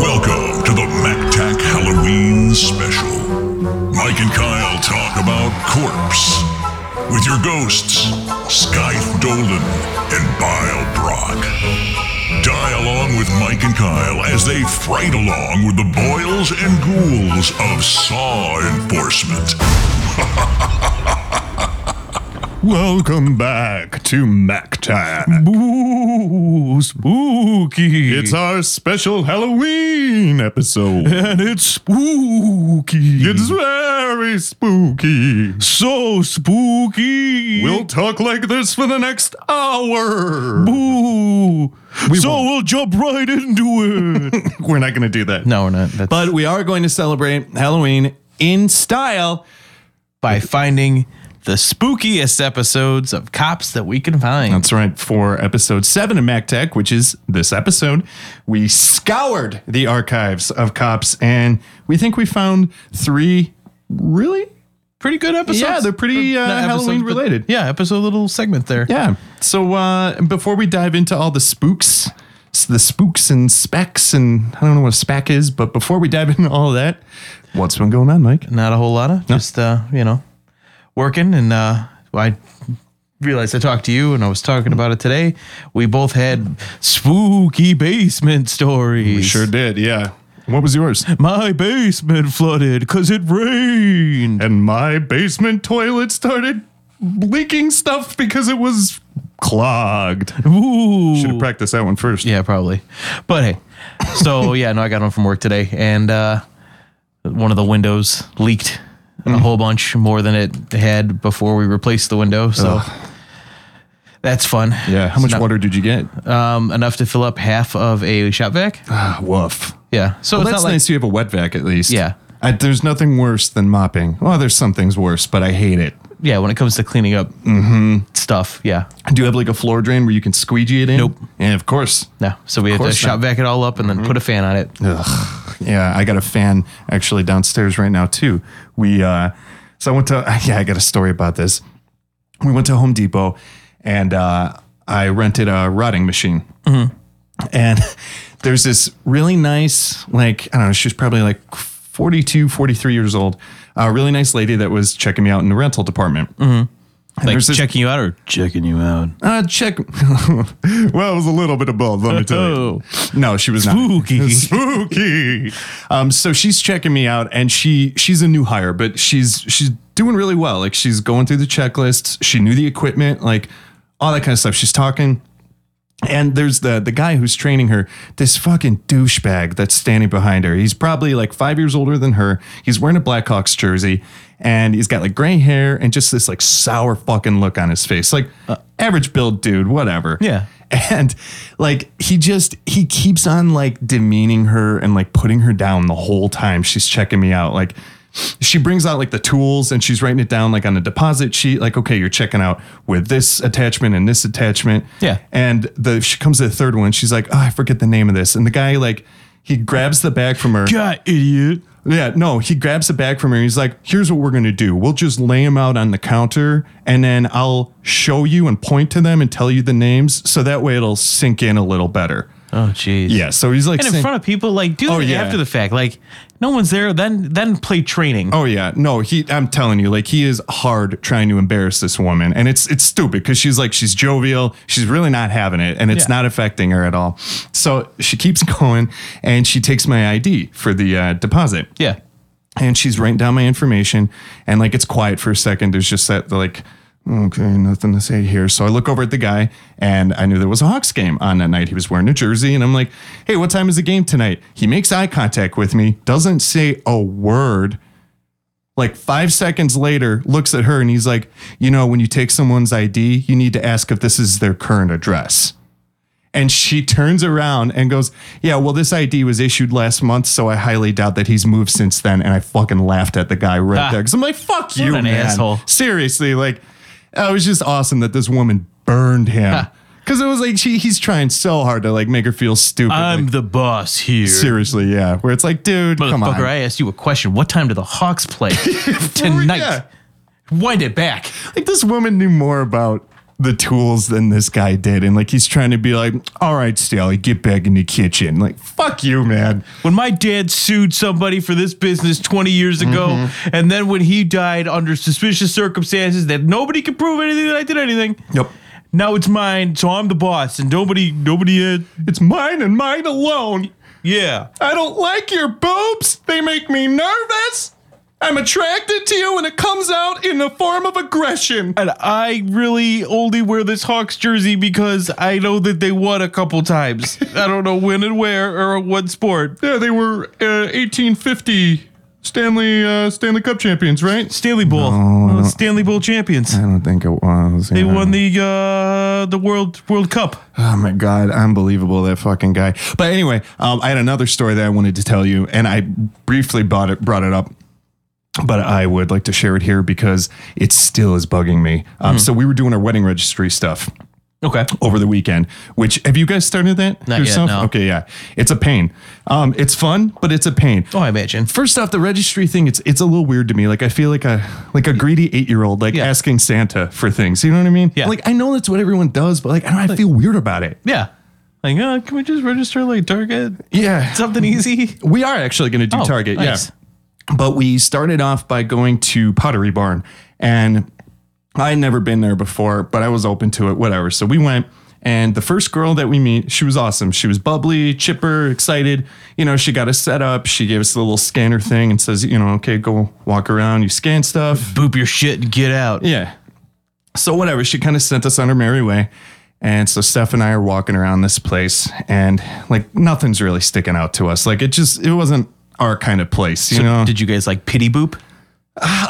Welcome to the MacTac Halloween Special. Mike and Kyle talk about corpse with your ghosts, Skythe Dolan and Bile Brock. Die along with Mike and Kyle as they fright along with the boils and ghouls of Saw Enforcement. Welcome back to MacTac. Ooh, spooky. It's our special Halloween episode. and it's spooky. it's very spooky. so spooky. We'll talk like this for the next hour. Ooh. so won't. we'll jump right into it. We're not going to do that. No, we're not. That's but we are going to celebrate Halloween in style. by finding the spookiest episodes of cops that we can find. That's right. For episode seven of MacTech, which is this episode, we scoured the archives of cops and we think we found three really pretty good episodes. Yeah, they're pretty, Not uh, episodes, Halloween but- related. Yeah, episode little segment there. Yeah. So uh, before we dive into all the spooks, s- the spooks and specs, and I don't know what a spec is, but before we dive into all of that, what's been going on, Mike? Not a whole lot of just uh, you know, working and uh I realized I talked to you and I was talking about it today. We both had spooky basement stories. Sure did. Yeah. What was yours? My basement flooded cuz it rained. And my basement toilet started leaking stuff because it was clogged. Ooh. Should have practiced that one first. Yeah, probably. But hey, so yeah, no, I got home from work today, and uh, one of the windows leaked a Mm. whole bunch more than it had before we replaced the window. So that's fun. Yeah, How much It's not- water did you get? Um, enough to fill up half of a shop vac. Ah, woof. Yeah. So Well, it's that's not like nice you have a wet vac at least. Yeah. I, there's nothing worse than mopping. Well, there's some things worse, but I hate it. yeah, when it comes to cleaning up Mm-hmm. stuff. Yeah. Do you have like a floor drain where you can squeegee it in? Nope. Yeah, of course. No. So we had to course Mm-hmm. shop vac it all up and then put a fan on it. Ugh. Yeah, I got a fan actually downstairs right now too. We uh so I went to yeah, I got a story about this. We went to Home Depot and uh I rented a rotting machine. And there's this really nice like I don't know, she was probably like 42, 43 years old. A really nice lady that was checking me out in the rental department. And Like there's this- checking you out or checking you out. uh, check. well, it was a little bit of both, let me Oh. tell you. No, she was Spooky. not spooky. Um, so she's checking me out, and she she's a new hire, but she's she's doing really well. Like she's going through the checklists. She knew the equipment, like all that kind of stuff. She's talking. And there's the the guy who's training her, this fucking douchebag that's standing behind her. He's probably like five years older than her. He's wearing a Blackhawks jersey, and he's got like gray hair and just this like sour fucking look on his face, like average build dude, whatever. Uh, Yeah. And like he just he keeps on like demeaning her and like putting her down the whole time she's checking me out. Like she brings out like the tools and she's writing it down like on a deposit sheet. Like okay, you're checking out with this attachment and this attachment. Yeah. And the she comes to the third one. She's like, oh, I forget the name of this. And the guy like he grabs the bag from her. God, idiot. Yeah, no, he grabs the bag from her. And he's like, "Here's what we're gonna do. We'll just lay them out on the counter, and then I'll show you and point to them and tell you the names, so that way it'll sink in a little better." Oh, jeez. Yeah. So he's like, and in saying- front of people like do Oh, that yeah. after the fact like no one's there then then play training "Oh yeah, no, he. I'm telling you, like he is hard trying to embarrass this woman, and it's it's stupid because she's like she's jovial, she's really not having it, and it's Yeah. not affecting her at all. So she keeps going, and she takes my ID for the uh, deposit. yeah and she's writing down my information and like it's quiet for a second there's just that like okay nothing to say here so i look over at the guy and i knew there was a hawks game on that night he was wearing a jersey and i'm like hey what time is the game tonight he makes eye contact with me doesn't say a word like five seconds later looks at her and he's like you know when you take someone's id you need to ask if this is their current address and she turns around and goes, Yeah, well, this ID was issued last month, so I highly doubt that he's moved since then. And I fucking laughed at the guy right Ah. there. Cause I'm like, Fuck you, an man. asshole. Seriously. Like, it was just awesome that this woman burned him. Ah. Cause it was like, she, he's trying so hard to like make her feel stupid. i'm Like, the boss here seriously, yeah. Where it's like, Dude, come on. Um, motherfucker i asked you a question what time do the hawks play tonight yeah. wind it back Like, this woman knew more about the tools than this guy did. And like he's trying to be like, all right, Staley, get back in the kitchen. Like, fuck you, man. When my dad sued somebody for this business 20 years ago, and then when he died under suspicious circumstances that nobody could prove anything that I did anything. Yep. Now it's mine, so I'm the boss, and nobody, nobody, uh, It's mine and mine alone. yeah. I don't like your boobs. They make me nervous. I'm attracted to you and it comes out in the form of aggression. And I really only wear this Hawks jersey because I know that they won a couple times. I don't know when and where or what sport. Yeah, they were uh, 1850 Stanley uh, Stanley Cup champions, right? Stanley Bowl, Uh, Stanley Bowl champions. I don't think it was. They won the uh, the world World Cup. Oh my god, unbelievable that fucking guy. But anyway, um, I had another story that I wanted to tell you, and I briefly brought it brought it up, but I would like to share it here because it still is bugging me. Um, Hmm. So we were doing our wedding registry stuff Okay. over the weekend. Which have you guys started that Not yet, no. Okay, yeah, it's a pain. Um, it's fun, but it's a pain. Oh, I imagine. First off, the registry thing, it's it's a little weird to me. Like I feel like a like a greedy eight year old like Yeah. asking Santa for things. You know what I mean? Yeah. Like I know that's what everyone does, but like I don't I feel weird about it. Yeah. Like, uh, can we just register like Target? Yeah. Something easy. we are actually gonna do Oh, Target, nice. yeah. But we started off by going to Pottery Barn and I had never been there before, but I was open to it, whatever. So we went, and the first girl that we meet, she was awesome. She was bubbly, chipper, excited. You know, she got us set up. She gave us the little scanner thing and says, you know, okay, go walk around, you scan stuff. Boop your shit and get out. Yeah. So, whatever, she kind of sent us on her merry way. And so Steph and I are walking around this place, and like nothing's really sticking out to us. Like it just, it wasn't our kind of place, you know? Did you guys like pity boop?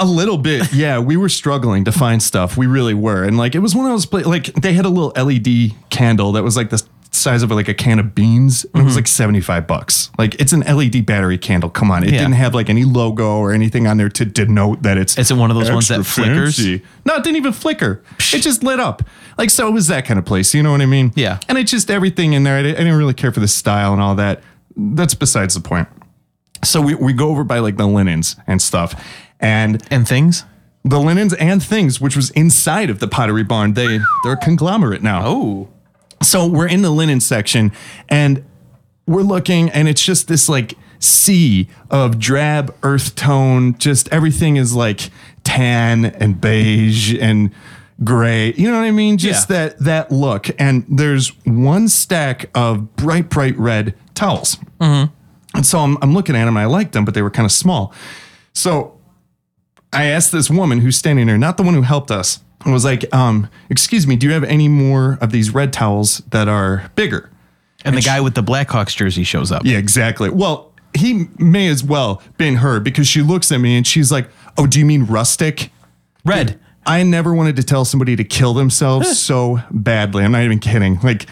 A little bit, yeah. We were struggling to find stuff. We really were, and like it was one of those pla- like they had a little LED candle that was like the size of like a can of beans. And It Mm-hmm. was like seventy five bucks. Like it's an LED battery candle. Come on, it Yeah. didn't have like any logo or anything on there to denote that it's. Is it one of those ones extra that flickers? fancy. No, it didn't even flicker. It just lit up. Like so, it was that kind of place. You know what I mean? Yeah. And it's just everything in there. I di- I didn't really care for the style and all that. That's besides the point. So we, we go over by like the linens and stuff. And And things? the linens and things which was inside of the pottery barn they they're a conglomerate now Oh. so we're in the linen section and we're looking and it's just this like sea of drab earth tone just everything is like tan and beige and gray you know what i mean just Yeah. that that look and there's one stack of bright bright red towels and so I'm, I'm looking at them and i liked them but they were kind of small so I asked this woman who's standing there, not the one who helped us, and was like, um, excuse me, do you have any more of these red towels that are bigger? And the guy with the Blackhawks jersey shows up. Yeah, exactly. Well, he may as well been her because she looks at me and she's like, Oh, do you mean rustic? Red. I never wanted to tell somebody to kill themselves so badly. I'm not even kidding. Like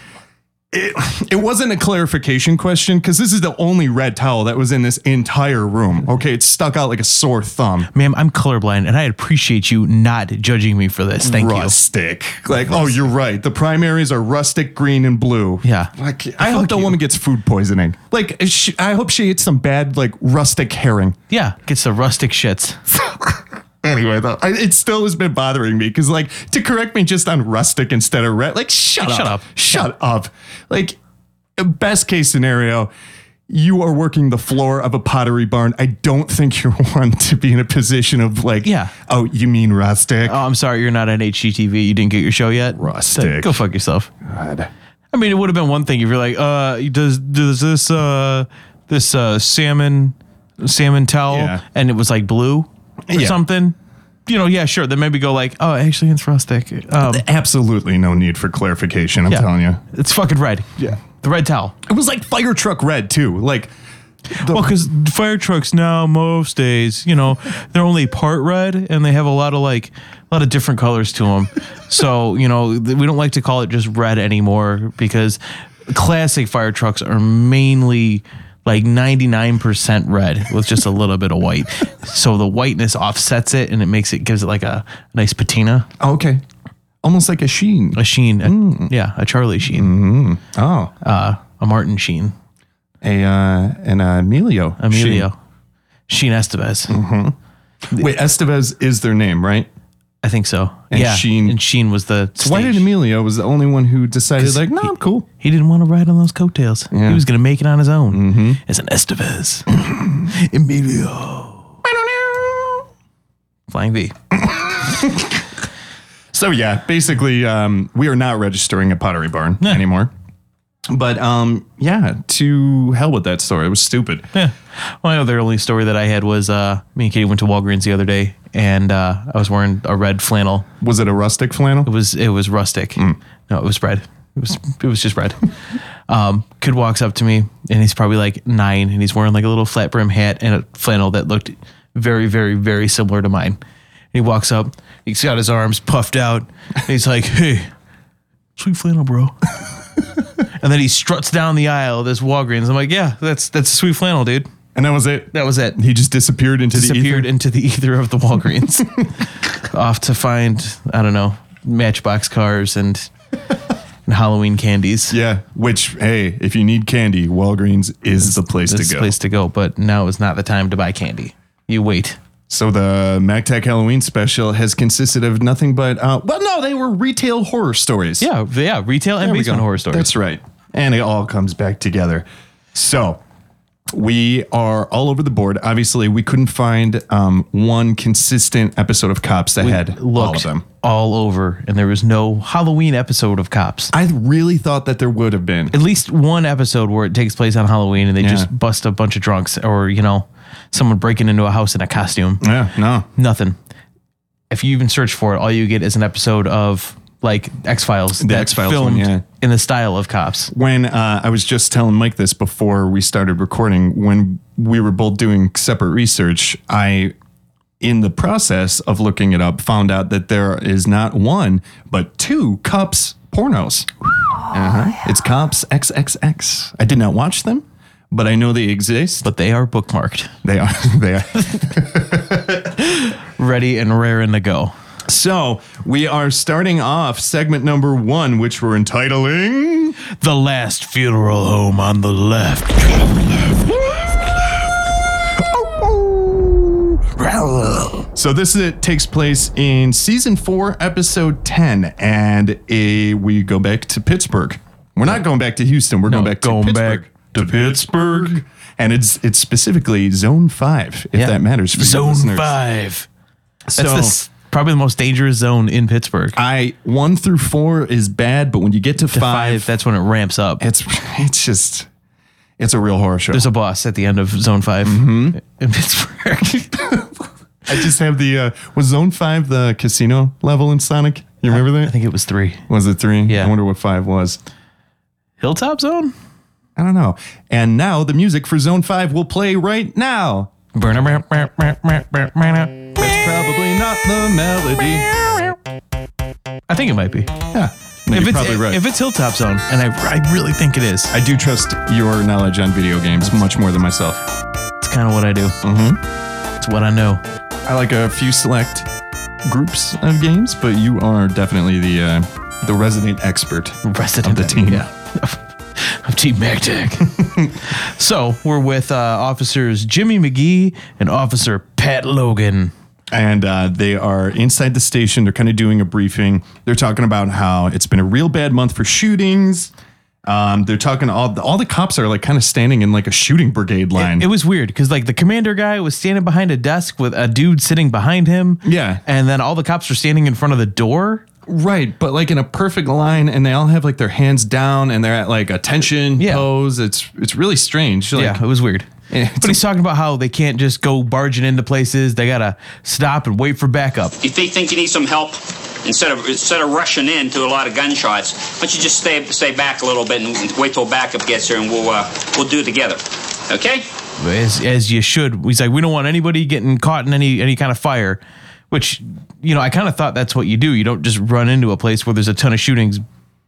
it, it wasn't a clarification question because this is the only red towel that was in this entire room. Okay, it stuck out like a sore thumb. Ma'am, I'm colorblind and I appreciate you not judging me for this. Thank rustic. Like, oh, you're right. The primaries are rustic, green, and blue. Yeah. Like, I hope the woman gets food poisoning. Like, she, I hope she eats some bad, like, rustic herring. you. Yeah. Gets the rustic shits. Anyway, though, I, it still has been bothering me because, like, to correct me just on rustic instead of red, like, shut up. shut up. Shut up. Like, best case scenario, you are working the floor of a pottery barn. I don't think you're one to be in a position of, like, Yeah. oh, you mean rustic? Oh, I'm sorry, you're not on HGTV. You didn't get your show yet. Rustic. Go fuck yourself. God. I mean, it would have been one thing if you're like, uh, does does this uh this uh salmon salmon towel Yeah. and it was like blue or Yeah. something? You know, yeah, sure. Then maybe go like, oh, actually, it's rustic. Um, Absolutely no need for clarification, I'm yeah. telling you. it's fucking red. Yeah. the red towel. It was like fire truck red too. Like Well, because fire trucks now most days, you know, they're only part red and they have a lot of like a lot of different colors to them. so you know, th- we don't like to call it just red anymore because classic fire trucks are mainly like 99% red with just a little bit of white. So the whiteness offsets it and it makes it gives it like a nice patina, Oh, okay, almost like a sheen. a sheen, a, yeah, a Charlie sheen, uh, Oh, a Martin sheen, a uh, an uh, Emilio. Emilio, Sheen Estevez. Sheen. Wait, Estevez is their name, right? I think so. And yeah. Sheen- and Sheen was the. So why did stage. Emilio was the only one who decided like, no, I'm cool. He didn't want to ride on those coattails. He was going to make it on his own Mm-hmm. as an Estevez. Emilio. Flying V. So yeah, basically, um, we are not registering at Pottery Barn anymore. But um, yeah, to hell with that story. It was stupid. My other only story that I had was uh, me and Katie went to Walgreens the other day, and uh, I was wearing a red flannel. Was it a rustic It flannel? was it was rustic. No, it was red. It was it was just red. um, kid walks up to me, and he's probably like nine, and he's wearing like a little flat brim hat and a flannel that looked very, very, very similar to mine. And he walks up, he's got his arms puffed out, and he's like, "Hey, sweet flannel, bro." and then he struts down the aisle of this Walgreens. I'm like, "Yeah, that's that's a sweet flannel, dude." And that was it. That was it He just disappeared into disappeared the ether. into the ether of the Walgreens, off to find I don't know Matchbox cars and and Halloween candies. Yeah, which hey, if you need candy, Walgreens is the place That's to the go. place to go. But now is not the time to buy candy. You wait. So the MacTac Halloween special has consisted of nothing but uh, well, no, they were retail horror stories. Yeah, yeah. Retail and There we basement go. horror stories. That's right. And it all comes back together. So we are all over the board. Obviously, we couldn't find um, one consistent episode of Cops that had all of Looked them. all over, and there was no Halloween episode of Cops. I really thought that there would have been. At least one episode where it takes place on Halloween, and they Yeah. just bust a bunch of drunks, or you know, someone breaking into a house in a costume. Yeah, no. Nothing. If you even search for it, all you get is an episode of like X Files that's X-Files filmed one, yeah. in the style of cops. When uh, I was just telling Mike this before we started recording, when we were both doing separate research, I, in the process of looking it up, found out that there is not one, but two Cops pornos. Uh-huh. It's Cops XXX. I did not watch them, but I know they exist. But they are bookmarked, They are. They are. ready and raring to go. so we are starting off segment number one, which we're entitling. The last funeral home on the left. So this is, it takes place in season four, episode ten, and a, we go back to Pittsburgh. We're not going back to Houston. We're going back to going Pittsburgh. back to Pittsburgh, and it's it's specifically Zone Five, if that matters for you Zone listeners. five. So That's the s probably the most dangerous zone in Pittsburgh. I one through four is bad, but when you get to, Five, five, that's when it ramps up. it's it's just it's a real horror show. There's a boss at the end of zone 5 in Pittsburgh. I just have the uh, was Zone Five the casino level in Sonic. You remember that? I think it was three. was it three? Yeah. I wonder what five was. Hilltop zone? I don't know. And now the music for Zone 5 will play right now. That's probably not the melody. I think it might be. Yeah. No, if you're it's probably right. if it's Hilltop Zone, and I, I really think it is. I do trust your knowledge on video games much more than myself. It's kind of what I do. Mm-hmm. It's what I know. I like a few select groups of games, but you are definitely the uh, the resident expert. Resident Of the team. Yeah. Of Team MacTac. so we're with uh, officers Jimmy McGee and Officer Pat Logan. And uh, they are inside the station. They're kind of doing a briefing. They're talking about how it's been a real bad month for shootings. Um, they're talking all all the cops are like kind of standing in like a shooting brigade line. It was weird because like the commander guy was standing behind a desk with a dude sitting behind him. Yeah. And then all the cops were standing in front of the door. Right, but like in a perfect line, and they all have like their hands down, and they're at like attention Yeah. pose. It's it's really strange. Like, yeah, it was weird. Yeah, it's But he's talking about how they can't just go barging into places. They gotta stop and wait for backup. If they think you need some help, instead of instead of rushing in to a lot of gunshots, why don't you just stay stay back a little bit and wait till backup gets here, and we'll uh, we'll do it together. Okay? as as you should. He's like, we don't want anybody getting caught in any any kind of fire, which you know I kind of thought that's what you do. You don't just run into a place where there's a ton of shootings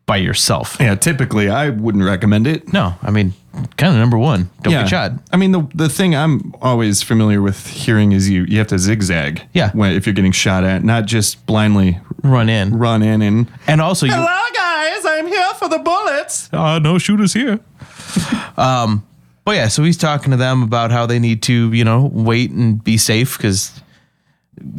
by yourself. yeah. Typically, I wouldn't recommend it. No, I mean, kind of number one, don't get shot. I mean, the the thing I'm always familiar with hearing is you you have to zigzag. Yeah. when, if you're getting shot at, not just blindly Run in, run in and. and also you. guys, I'm here for the bullets. Uh, no shooters here. um, but yeah, so he's talking to them about how they need to, you know, wait and be safe because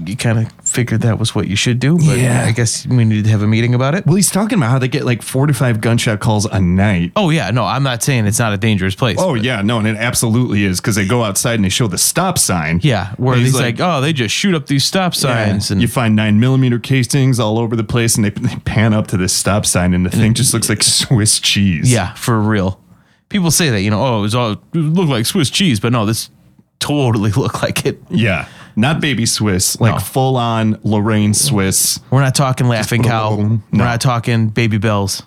you kind of figured that was what you should do. But Yeah. I guess we need to have a meeting about it. Well, he's talking about how they get like four to five gunshot calls a night. Oh yeah, no, I'm not saying it's not a dangerous place. Oh yeah, no, and it absolutely is because they go outside and they show the stop sign. yeah, where And he's, he's like, oh, they just shoot up these stop Yeah, signs and you find nine millimeter casings all over the place, and they, they pan up to this stop sign, and the thing just looks like Swiss cheese. yeah, for real. People say that you know, oh, it was all it looked like Swiss cheese, but no, this totally looked like it. yeah, not baby Swiss, like No. full on Lorraine Swiss. We're not talking laughing cow. No. We're not talking baby bells.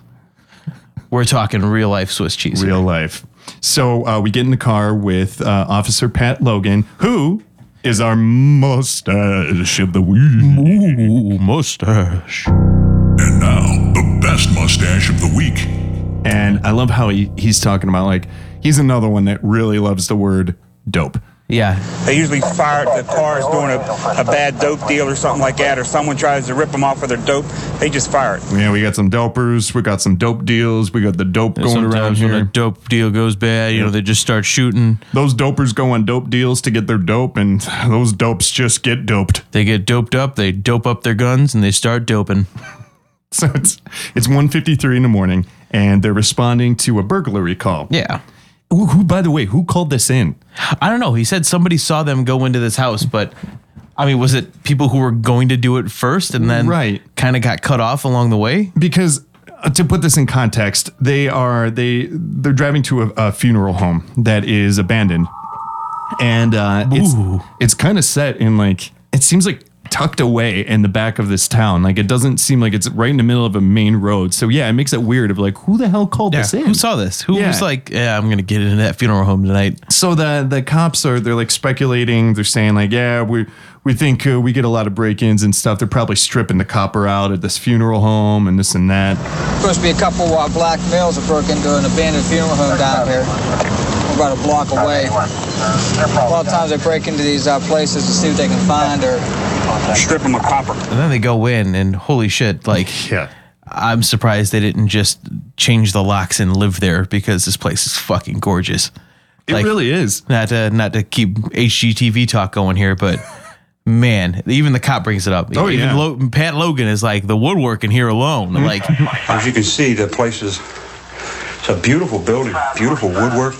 We're talking real life Swiss cheese. real life. So uh, we get in the car with uh, Officer Pat Logan, who is our mustache of the week. Ooh, mustache. And now, the best mustache of the week. And I love how he, he's talking about like he's another one that really loves the word dope. Yeah, They usually fire the cars doing a, a bad dope deal or something like that, or someone tries to rip them off for their dope. They just fire it. Yeah, we got some dopers, we got some dope deals, we got the dope going around sometimes when here. a dope deal goes bad, you know they just start shooting. those dopers go on dope deals to get their dope, and those dopes just get doped. They get doped up. They dope up their guns and they start doping. So it's it's 1.53 in the morning, and they're responding to a burglary call. Yeah. Who, who, by the way, who called this in? I don't know. He said somebody saw them go into this house, but I mean, was it people who were going to do it first and then Right. kind of got cut off along the way? because uh, to put this in context, they are they they're driving to a, a funeral home that is abandoned, and uh, it's Ooh. it's kind of set in like it seems like tucked away in the back of this town. Like it doesn't seem like it's right in the middle of a main road. So yeah, it makes it weird of like who the hell called this in? Who saw this? Who Yeah. was like, yeah, I'm going to get into that funeral home tonight? so the the cops are they're like speculating. They're saying like, yeah, we we think uh, we get a lot of break-ins and stuff. They're probably stripping the copper out at this funeral home and this and that. Supposed to be a couple uh, black males that broke into an abandoned funeral home down here. We're about a block away. A lot of times they break into these uh, places to see what they can find or Strip them of copper. And then they go in and holy shit, like, Yeah. I'm surprised they didn't just change the locks and live there because this place is fucking gorgeous. It Like- really is. Not to, not to keep HGTV talk going here, but man, even the cop brings it up. Oh, even yeah. Lo- Pat Logan is like, the woodwork in here alone. Like, As you can see, the place is it's a beautiful building, beautiful woodwork.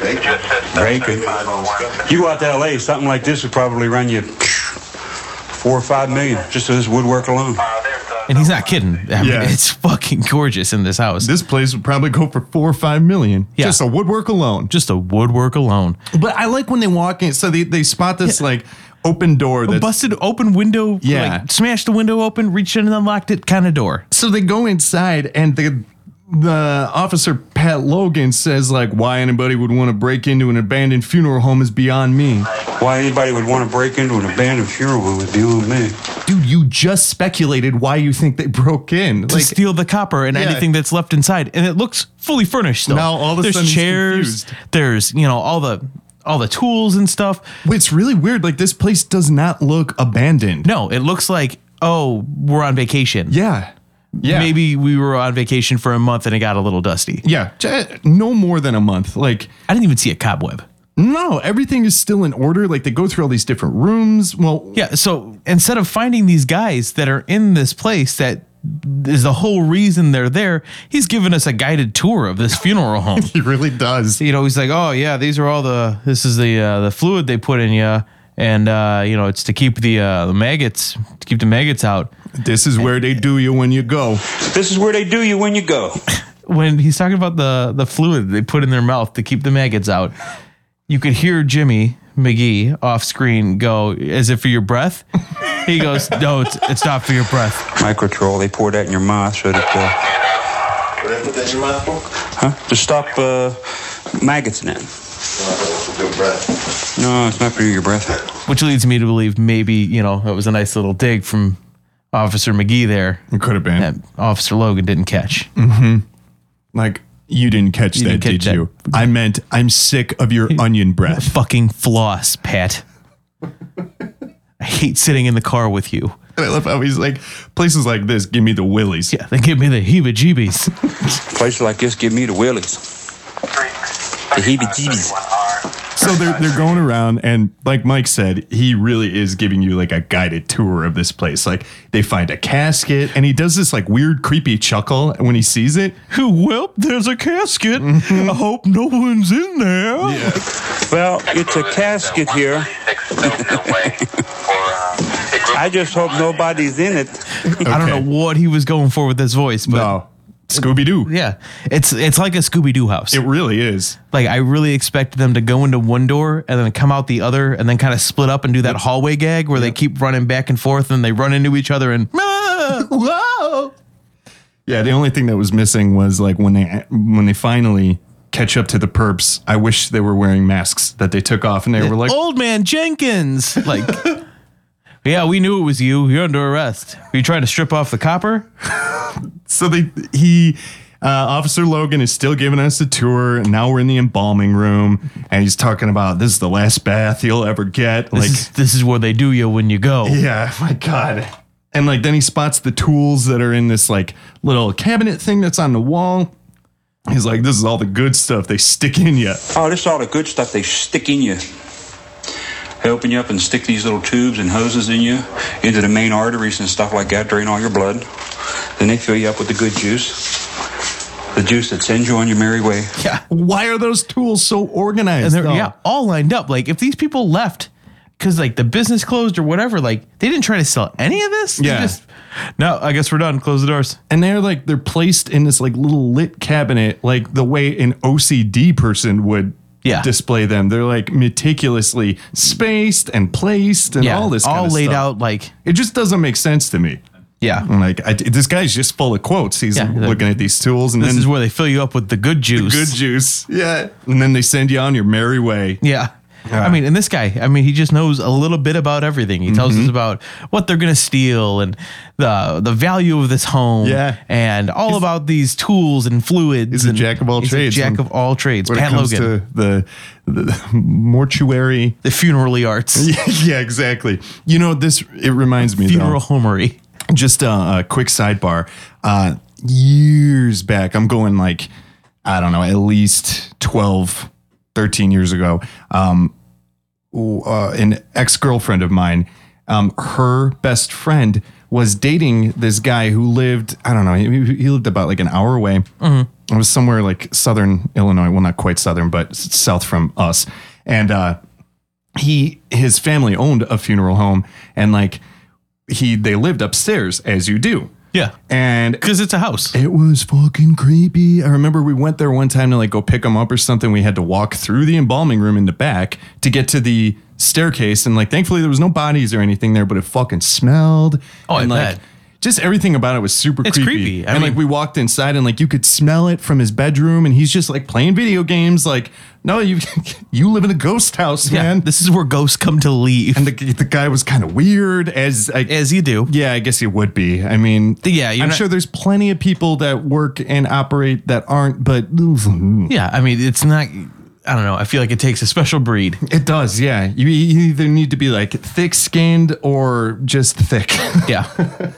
Very good. You go out to LA, something like this would probably run you four or five million just to this woodwork alone. And he's not kidding. I Oh, Yeah. mean, it's fucking gorgeous in this house. this place would probably go for four or five million. Yeah. Just a woodwork alone. just the woodwork alone. But I like when they walk in. So they, they spot this like open door that's Busted open window. Yeah. Like, smashed the window open, reached in and unlocked it kind of door. so they go inside and the the officer Pat Logan says like why anybody would want to break into an abandoned funeral home is beyond me. Why anybody would want to break into an abandoned funeral home would be on me. Dude, you just speculated why you think they broke in. To Like steal the copper and Yeah. anything that's left inside. And it looks fully furnished still. Now all of a there's sudden he's chairs, confused. there's, you know, all the all the tools and stuff. it's really weird. Like this place does not look abandoned. No, it looks like, oh, we're on vacation. Yeah. Yeah. Maybe we were on vacation for a month and it got a little dusty. Yeah. J- No more than a month. Like I didn't even see a cobweb. No, everything is still in order. Like they go through all these different rooms. Well, Yeah. So instead of finding these guys that are in this place that is the whole reason they're there, he's giving us a guided tour of this funeral home. he really does. you know, he's like, "Oh yeah, these are all the this is the uh, the fluid they put in you, and uh, you know it's to keep the uh, the maggots to keep the maggots out." This is where they do you when you go. This is where they do you when you go. When he's talking about the the fluid they put in their mouth to keep the maggots out, you could hear Jimmy McGee off screen go, "Is it for your breath?" He goes, "No, it's it's not for your breath." Microtrol, they pour that in your mouth so that, uh, huh? To stop uh, maggots in it. No, it's not for your breath. Which leads me to believe maybe, you know, it was a nice little dig from Officer McGee there It could have been that Officer Logan didn't catch. Mm. like you didn't catch You that, didn't catch did that. you? I meant I'm sick of your onion breath. Fucking floss, Pat. I hate sitting in the car with you. And I love how he's like places like this. Give me the willies. Yeah, they give me the heebie jeebies. Places like this give me the willies. The heebie jeebies. So so they're they're going around, and like Mike said, he really is giving you like a guided tour of this place. Like they find a casket, and he does this like weird, creepy chuckle when he sees it. Well, there's a casket. Mm-hmm. I hope no one's in there. Well, it's a casket here. I just hope nobody's in it. I don't Okay. know what he was going for with this voice, but No, Scooby Doo. yeah, it's it's like a Scooby Doo house. It really is. like I really expected them to go into one door and then come out the other, and then kind of split up and do that hallway gag where they keep running back and forth and they run into each other and Whoa. Yeah, the only thing that was missing was like when they when they finally catch up to the perps. I wish they were wearing masks that they took off, and they were like, old man Jenkins. Like, yeah, we knew it was you. You're under arrest. Were you trying to strip off the copper? so they he uh, officer logan is still giving us a tour now we're in the embalming room and he's talking about this is the last bath you'll ever get This like is, this is where they do you when you go. yeah my god and like then he spots the tools that are in this like little cabinet thing that's on the wall he's like this is all the good stuff they stick in you Oh, this is all the good stuff they stick in you. They open you up and stick these little tubes and hoses in you into the main arteries and stuff like that, drain all your blood. Then they fill you up with the good juice. The juice that sends you on your merry way. Yeah. why are those tools so Uh, And organized they're though? yeah, all lined up. Like if these people left because like the business closed or whatever, like they didn't try to sell any of this. They Yeah. just, no, I guess we're done. Close the doors. and they're like they're placed in this like little lit cabinet like the way an ocd person would Yeah. display them they're like meticulously spaced and placed and all this all kind of laid stuff. out like it just doesn't make sense to me yeah. I'm like I, this guy's just full of quotes he's Yeah, they're- looking at these tools and This then is where they fill you up with the good juice. good juice yeah and then they send you on your merry way Yeah. I mean, and this guy, I mean, he just knows a little bit about everything. Mm-hmm. He tells us about what they're going to steal and the the value of this home. Yeah. And all about these tools and fluids. he's a and jack of all he's a trades jack and of all trades. when Pat it comes Logan, to the, the mortuary the funerary arts, yeah exactly you know this it reminds me though. funeral homery. just a, a quick sidebar. Uh, years back, I'm going like, I don't know, at least 12, 13 years ago. Um, w- uh, an ex girlfriend of mine, um, her best friend was dating this guy who lived, I don't know, he, he lived about like an hour away. It was somewhere like southern Illinois. Well, not quite southern, but s- south from us. And, uh, he his family owned a funeral home and like he they lived upstairs as you do Yeah. and Because it's a house. it was fucking creepy. I remember we went there one time to like go pick him up or something. We had to walk through the embalming room in the back to get to the staircase, and like thankfully there was no bodies or anything there, but it fucking smelled. Oh, I and, like, bet. Just everything about it was super It's creepy. creepy. I and mean- like we walked inside and like you could smell it from his bedroom, and he's just like playing video games. Like, no, you you live in a ghost house, Yeah. man. This is where ghosts come to leave. and the, the guy was kind of weird as I, as you do. yeah, I guess it would be. I mean, Yeah, you're I'm not- sure there's plenty of people that work and operate that aren't, but Yeah. I mean, it's not, I don't know. I feel like it takes a special breed. it does. Yeah, you, you either need to be like thick-skinned or just thick. Yeah.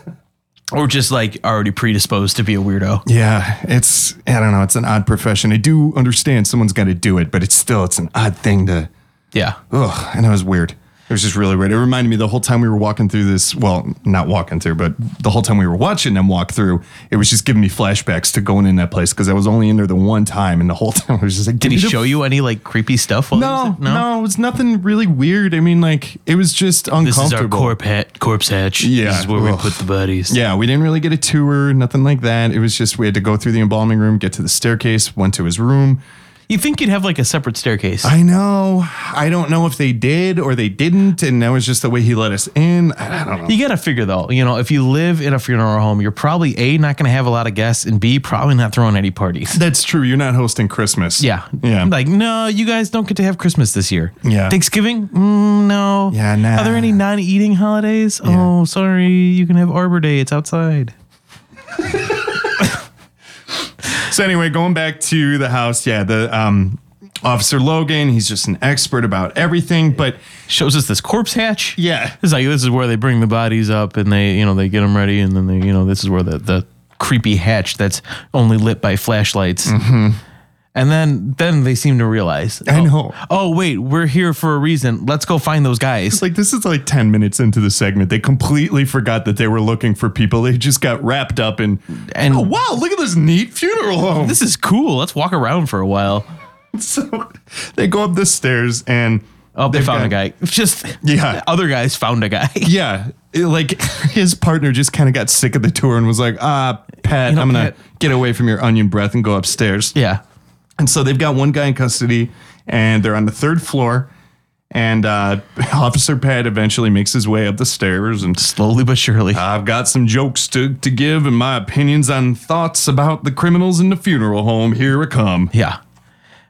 or just like already predisposed to be a weirdo. yeah, it's I don't know. It's an odd profession. I do understand someone's got to do it, but it's still it's an odd thing to. Yeah. Ugh, and it was weird. It was just really weird. It reminded me the whole time we were walking through this. Well, not walking through, but the whole time we were watching them walk through, it was just giving me flashbacks to going in that place because I was only in there the one time, and the whole time I was just like, Did he "Give me the show you any like creepy stuff? While he was No, there? no, it was nothing really weird. I mean, like it was just This uncomfortable. is our corp hat, corpse hatch. Yeah. This is where we Ugh. put the bodies. Yeah, we didn't really get a tour, nothing like that. It was just we had to go through the embalming room, get to the staircase, went to his room. You think you'd have like a separate staircase? I know. I don't know if they did or they didn't, and that was just the way he let us in. I don't know. you gotta figure though, you know, if you live in a funeral home, you're probably A, not gonna have a lot of guests, and B, probably not throwing any parties. That's true. You're not hosting Christmas. Yeah. Yeah. Like, no, you guys don't get to have Christmas this year. Yeah. Thanksgiving? Mm, no. Yeah, nah. Are there any non eating holidays? Oh, sorry. You can have Arbor Day. It's outside. So anyway, going back to the house, yeah, the um Officer Logan, he's just an expert about everything, but Shows us this corpse hatch. yeah. It's like this is where they bring the bodies up and they, you know, they get them ready and then they, you know, this is where the the creepy hatch that's only lit by flashlights. And then then they seem to realize. Mm-hmm. I oh, know. Oh wait, we're here for a reason. Let's go find those guys. It's like this is like 10 minutes into the segment. They completely forgot that they were looking for people. They just got wrapped up in And- oh wow, look at this neat funeral home. This is cool. Let's walk around for a while. so they go up the stairs and Oh, they They've found got- a guy. Just Yeah. other guys found a guy. yeah, it- like his partner just kind of got sick of the tour and was like, "Ah, Pat, You know, I'm gonna Pat- get away from your onion breath and go upstairs." Yeah. And so they've got one guy in custody and they're on the third floor. And uh, Officer Pat eventually makes his way up the stairs and Slowly but surely. I've got some jokes to, to give and my opinions on thoughts about the criminals in the funeral home. Here I come. Yeah.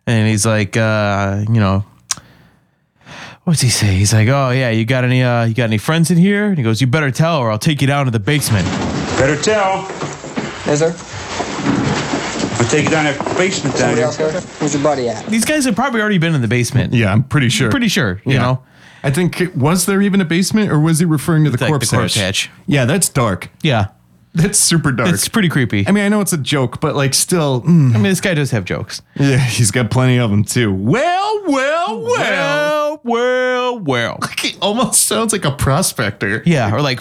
And he's like, uh, you know, what's he say? He's like, oh yeah, you got any, uh, you got any friends in here? And he goes, you better tell, or I'll take you down to the basement. Better tell. Is there? I'll take you down that basement down Somebody there. else here? Where's your buddy at? These guys have probably already been in the basement. Yeah, I'm pretty sure. Pretty sure, you Yeah. know. I think, it- was there even a basement or was he referring to the, Like the corpse, corpse hatch? hatch. Yeah, that's dark. Yeah. That's super dark. It's pretty creepy. I mean, I know it's a joke, but like still, mm. I mean, this guy does have jokes. yeah, he's got plenty of them too. Well, well, well. well, well. He almost sounds like a prospector. Yeah, or like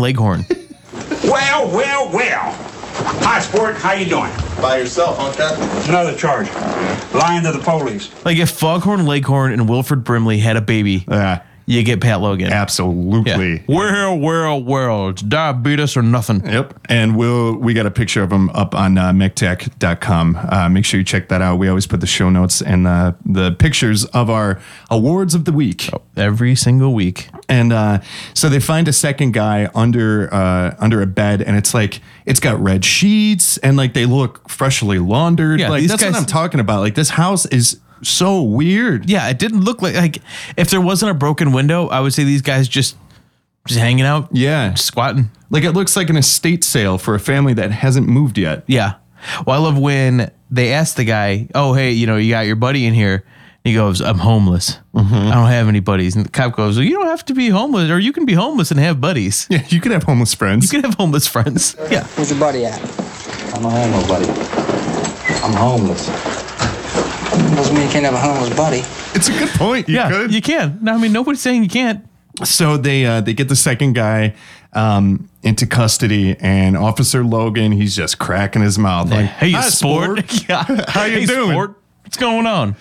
leghorn. Well, well, well. Hi, sport. How you doing? By yourself, huh, Cat? Another charge. Lying to the police. like if foghorn leghorn and Wilfred Brimley had a baby, Yeah, you get Pat Logan. absolutely. Well, well, well. It's diabetes or nothing. Yep. And we'll, we got a picture of him up on uh, mectech.com. Uh, make sure you check that out. We always put the show notes and the, the pictures of our awards of the week. Every single week. And uh, so they find a second guy under uh, under a bed, and it's like it's got red sheets, and like they look freshly laundered. Yeah, like these that's what guys- I'm talking about. Like this house is so weird. yeah, it didn't look like like if there wasn't a broken window, I would say these guys just just hanging out, Yeah. squatting. Like it looks like an estate sale for a family that hasn't moved yet. Yeah. Well, I love when they ask the guy, "Oh, hey, you know, you got your buddy in here." He goes, "I'm homeless. Mm-hmm. I don't have any buddies." And the cop goes, well, "You don't have to be homeless, or you can be homeless and have buddies. Yeah, you could have homeless friends. You can have homeless friends." Yeah. Where's your buddy at? I don't have nobody. I'm homeless. Doesn't mean you can't have a homeless buddy. it's a good point. You yeah, could. you can. No, I mean, nobody's saying you can't. so they uh, they get the second guy um, into custody, and Officer Logan he's just cracking his mouth like, Hey, you "Hi, sport. Yeah. How you Hey, doing?" What's going on?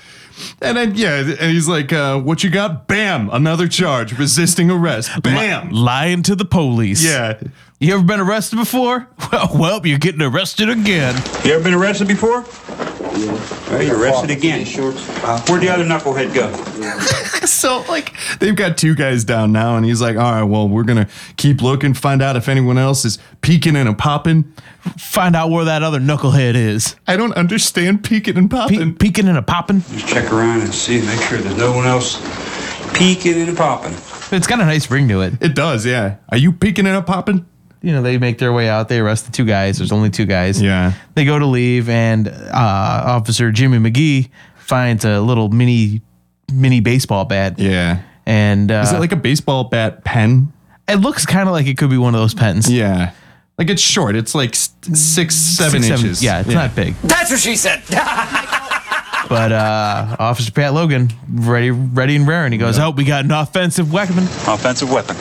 And then yeah, and he's like, uh, "What you got? Bam! Another charge, resisting arrest. Bam! Li- lying to the police. yeah, You ever been arrested before? Well, well, you're getting arrested again. You ever been arrested before? Well, you're arrested again. Where'd the other knucklehead go? so like they've got two guys down now, and he's like, "All right, well, we're gonna keep looking, find out if anyone else is peeking and a popping." Find out where that other knucklehead is. I don't understand peeking and Pe- popping. peeking and a popping. Just check around and see, make sure there's no one else peeking and popping. It's got a nice ring to it. it does, yeah. Are you peeking and a popping? You know, they make their way out. They arrest the two guys. There's only two guys. Yeah. They go to leave, and uh, Officer Jimmy McGee finds a little mini, mini baseball bat. Yeah. And uh, Is it like a baseball bat pen? it looks kind of like it could be one of those pens. Yeah. Like it's short. It's like s- six, seven Mm, Six, inches. yeah, it's not big. That's what she said. But uh, Officer Pat Logan, ready, ready and raring. He goes, "Oh, we got an offensive weapon." Offensive weapon.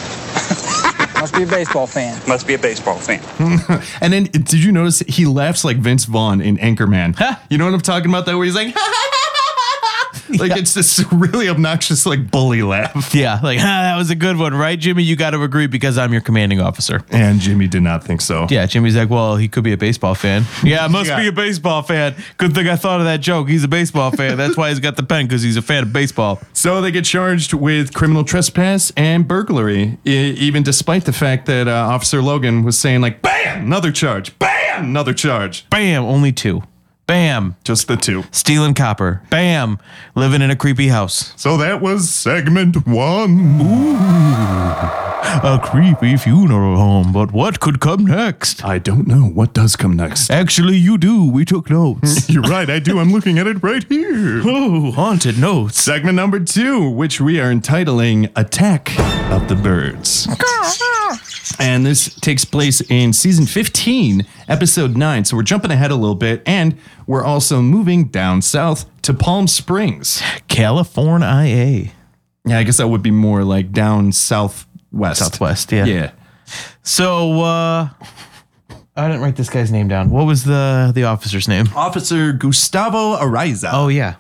Must be a baseball fan. Must be a baseball fan. And then did you notice he laughs like Vince Vaughn in Anchorman? Huh. You know what I'm talking about? That where he's like, like Yeah. it's this really obnoxious like bully laugh. Yeah, like "Ah, that was a good one, right, Jimmy? You got to agree because I'm your commanding officer. And Jimmy did not think so. Yeah, Jimmy's like, well, he could be a baseball fan. Yeah, must Yeah. be a baseball fan. Good thing I thought of that joke. He's a baseball fan. That's why he's got the pen because he's a fan of baseball. So they get charged with criminal trespass and burglary, e- even despite the fact that uh, Officer Logan was saying like, "Bam, another charge! Bam, another charge!" Bam, only two. Bam, Just the two. stealing copper. Bam, living in a creepy house. So that was segment one. A creepy funeral home. But what could come next? I don't know what does come next. Actually, you do. We took notes. You're right, I do. I'm looking at it right here. oh, haunted notes. Segment number two, which we are entitling Attack of the Birds. And this takes place in season 15, episode 9. So we're jumping ahead a little bit. And we're also moving down south to Palm Springs. California. Yeah, I guess that would be more like down southwest. Southwest, yeah. Yeah. So uh I didn't write this guy's name down. What was the the officer's name? Officer Gustavo Ariza. Oh yeah.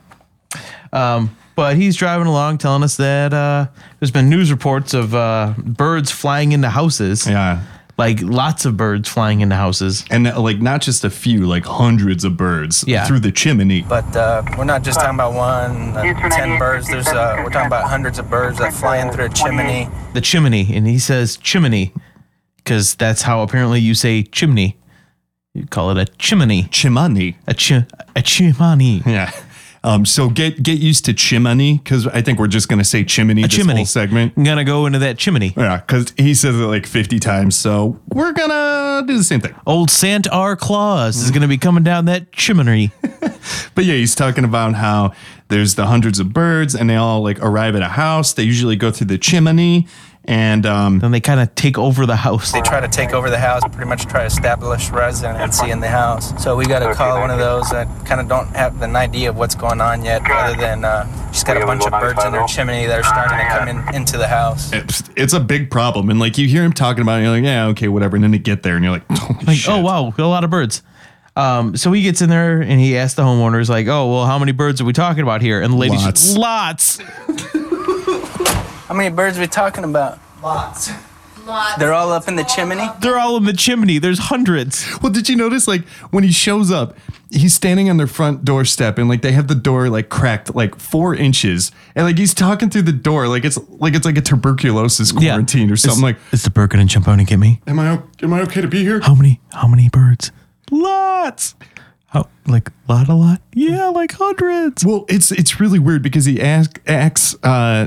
Um, but he's driving along, telling us that uh, there's been news reports of uh, birds flying into houses. yeah. Like lots of birds flying into houses. And uh, like not just a few, like hundreds of birds Yeah. through the chimney. But uh, we're not just talking about one, uh, ten birds. There's uh, we're talking about hundreds of birds that fly in through a chimney. The chimney, and he says chimney, because that's how apparently you say chimney. You call it a chimney, Chimney. a chi- a chimney. Yeah. Um, so get get used to chimney because I think we're just gonna say chimney this chimney. whole segment. I'm gonna go into that chimney. Yeah, because he says it like fifty times. So we're gonna do the same thing. Old Santa R. Claus is gonna be coming down that chimney. But yeah, he's talking about how there's the hundreds of birds and they all like arrive at a house. They usually go through the chimney and um, then they kind of take over the house. They try to take over the house, pretty much try to establish residency in the house. So we got to call one of those that kind of don't have an idea of what's going on yet, other than uh, she's got a bunch of birds in her chimney that are starting to come in, into the house. it's, it's a big problem. And like you hear him talking about it, and you're like, yeah, okay, whatever. And then they get there and you're like, holy Like, shit. oh wow, a lot of birds. Um, so he gets in there and he asks the homeowners, like, oh well, how many birds are we talking about here? And the lady's just, lots. How many birds are we talking about? Lots. They're all up in the chimney. They're all in the chimney. There's hundreds. Well, did you notice like when he shows up, he's standing on their front doorstep and like they have the door like cracked like four inches, and like he's talking through the door like it's like it's like a tuberculosis quarantine or something. like, it's the Birkin and Champone get me. am I o- am I okay to be here? How many? How many birds? Lots. How like lot a lot? Yeah, like hundreds. Well, it's it's really weird because he ask, acts uh,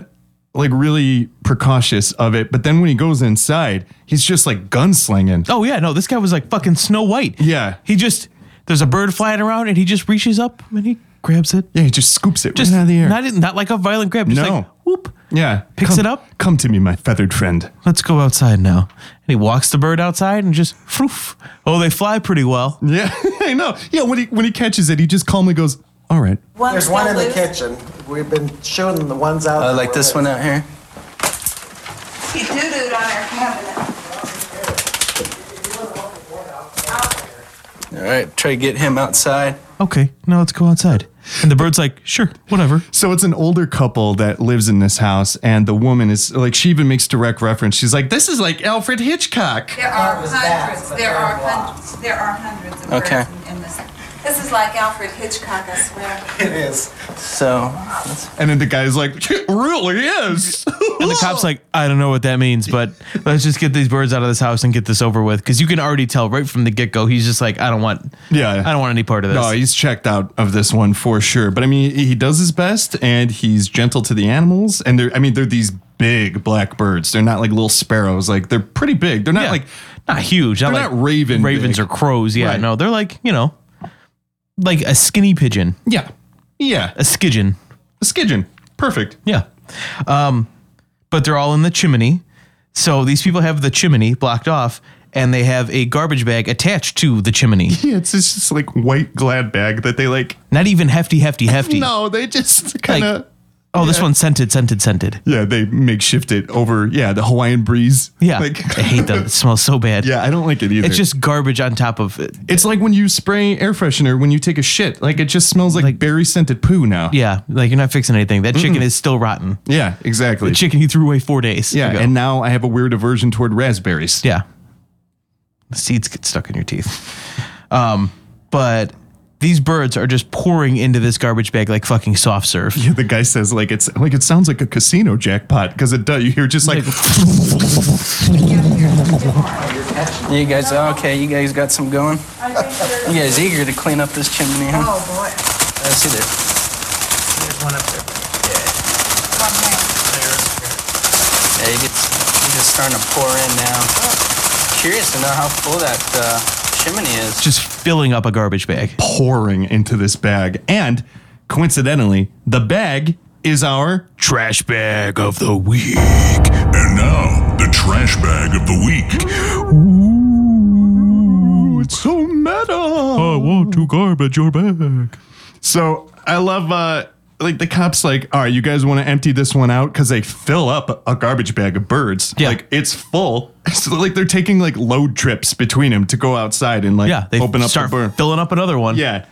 like really precautious of it, but then when he goes inside, he's just like gunslinging. Oh yeah, no, this guy was like fucking Snow White. Yeah. he just there's a bird flying around and he just reaches up and he grabs it. Yeah, he just scoops it Just right out of the air. Not not like a violent grab. Just No. like whoop. yeah, picks Come- it up. Come to me, my feathered friend. let's go outside now. And he walks the bird outside and just, froof. Oh, they fly pretty well. Yeah, I know. Yeah, when he when he catches it, he just calmly goes, "All right." There's one in the kitchen. We've been showing them the ones out. Uh, that like were this lit. one out here. He doo-dooed on our cabinet. All right, try to get him outside. Okay, now let's go outside. And the bird's like, sure, whatever. So it's an older couple that lives in this house, and the woman is like, she even makes direct reference. She's like, "This is like Alfred Hitchcock." There are was that, hundreds, but there there are were lots. hundreds, there are hundreds of Okay. birds in- in this. This is like Alfred Hitchcock, I swear. It is. So And then the guy's like, "It really is." And the cop's like, I don't know what that means, but let's just get these birds out of this house and get this over with. Because you can already tell right from the get go, he's just like, I don't want, Yeah. I don't want any part of this. No, he's checked out of this one for sure. But I mean, he does his best, and he's gentle to the animals. And they're, I mean, they're these big black birds. They're not like little sparrows. Like they're pretty big. They're not Yeah. like not huge. Not they're like not raven ravens big. or crows. Yeah, Right. no, they're like, you know, like a skinny pigeon, yeah, yeah, a skidgeon. a skidgeon. Perfect. Yeah. Um, but they're all in the chimney. So these people have the chimney blocked off and they have a garbage bag attached to the chimney. Yeah, it's just this, like white glad bag that they like. Not even hefty, hefty, hefty. No, they just kind of. Oh, this one's scented, scented, scented. Yeah, they makeshift it over. Yeah, the Hawaiian breeze. Yeah. Like, I hate that. It smells so bad. yeah, I don't like it either. It's just garbage on top of it. it's like when you spray air freshener when you take a shit. Like it just smells like, berry scented poo now. Yeah. Like you're not fixing anything. That chicken is still rotten. Yeah, exactly. Chicken you threw away four days. yeah, ago. and now I have a weird aversion toward raspberries. Yeah. The seeds get stuck in your teeth. Um, but these birds are just pouring into this garbage bag like fucking soft serve. Yeah, the guy says like it's like it sounds like a casino jackpot because it does. You hear just like you guys, okay, you guys got some going. I think You they're, guys eager to clean up this chimney, huh? oh boy, I see there. There's one up there. one man. Yeah, you gets it's just starting to pour in now. Oh. Curious to know how full that uh, chimney is. just filling up a garbage bag. pouring into this bag, and coincidentally, the bag is our trash bag of the week. And now, the trash bag of the week. Ooh, it's so meta. Oh, I want to garbage your bag. So I love uh like the cops like, all right, you guys want to empty this one out because they fill up a garbage bag of birds. Yeah. Like it's full. So like they're taking like load trips between them to go outside and like Yeah, they open up start the bird. filling up another one. yeah.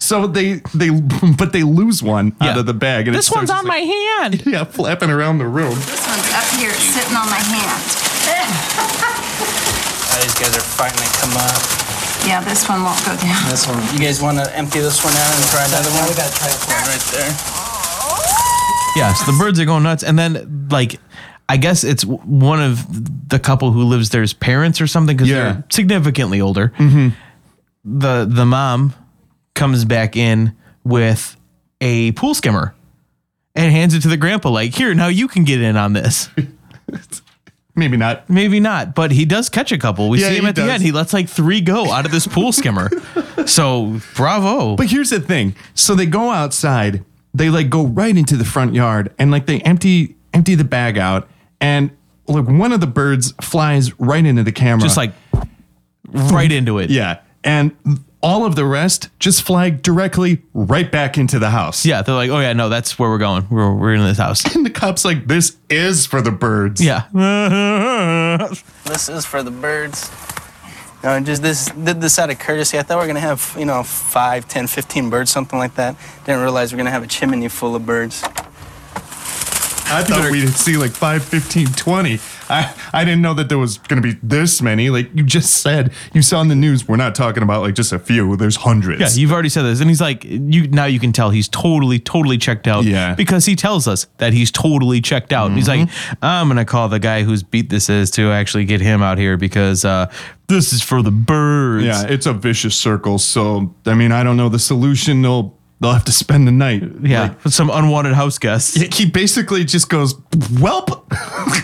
So they they but they lose one out Yeah. of the bag and it This starts just, one's on like, my hand. yeah flapping around the room. This one's up here, it's sitting on my hand. All these guys are finally come up. Yeah, this one won't go down. This one. You guys want to empty this one out and try another one? We gotta try it right there. Yeah, so the birds are going nuts, and then like, I guess it's w- one of the couple who lives there's parents or something because Yeah. Mm-hmm. they're significantly older. The the mom comes back in with a pool skimmer and hands it to the grandpa like, here, now you can get in on this. Maybe not. Maybe not, but he does catch a couple. We Yeah, see him he at the does. end. He lets like three go out of this pool skimmer. so bravo. But here's the thing. So they go outside, they like go right into the front yard and like they empty empty the bag out and like one of the birds flies right into the camera. Just like right into it. yeah. And all of the rest just fly directly right back into the house. Yeah, they're like, oh yeah, no, that's where we're going. We're, we're in this house. And the cops like this is for the birds. Yeah. This is for the birds. No, just this did this out of courtesy. I thought we were gonna have you know five, ten, fifteen birds, something like that. Didn't realize we are gonna have a chimney full of birds. I thought we'd see like 5, 15, 20. I, I didn't know that there was going to be this many. Like you just said, you saw in the news, we're not talking about like just a few. There's hundreds. Yeah, you've already said this. And he's like, you now you can tell he's totally, totally checked out. Yeah. Because he tells us that he's totally checked out. And He's like, Mm-hmm. I'm gonna call the guy whose beat this is to actually get him out here because uh, this is for the birds. Yeah, it's a vicious circle. So I mean, I don't know the solution. They'll they'll have to spend the night. Yeah. Like, with some unwanted house guests. he- he basically just goes, "Welp."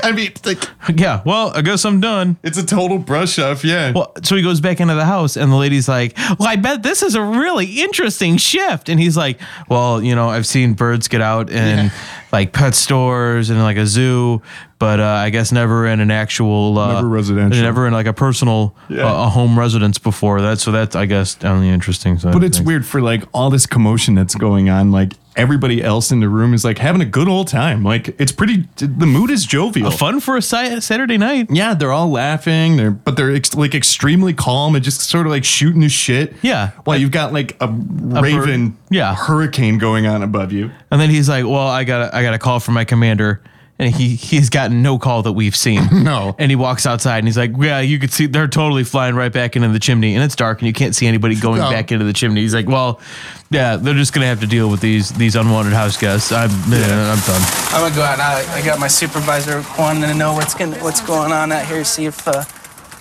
I mean, it's like yeah. Well, I guess I'm done. it's a total brush off. Yeah. Well, so he goes back into the house, and the lady's like, "Well, I bet this is a really interesting shift." And he's like, "Well, you know, I've seen birds get out in like pet stores and like a zoo, but uh, I guess never in an actual uh, Never residential. never in like a personal Yeah. uh, a home residence before that. So that's I guess on the interesting side. but of it's things. weird for like all this commotion that's going on. Like everybody else in the room is like having a good old time. Like it's pretty. The mood is jovial. fun for a si- Saturday night. yeah, they're all laughing. They're but they're ex- like extremely calm and just sort of like shooting the shit. Yeah. While you've got like a, raven, yeah. hurricane going on above you. And then he's like, "Well, I got I got a call from my commander." And he, he's gotten no call that we've seen. No. And he walks outside and he's like, Yeah, you could see they're totally flying right back into the chimney. And it's dark and you can't see anybody going No. back into the chimney. He's like, Well, yeah, they're just going to have to deal with these these unwanted house guests. I'm, yeah, I'm done. I'm gonna go out. And I, I got my supervisor wanting to know what's going what's going on out here. See if uh,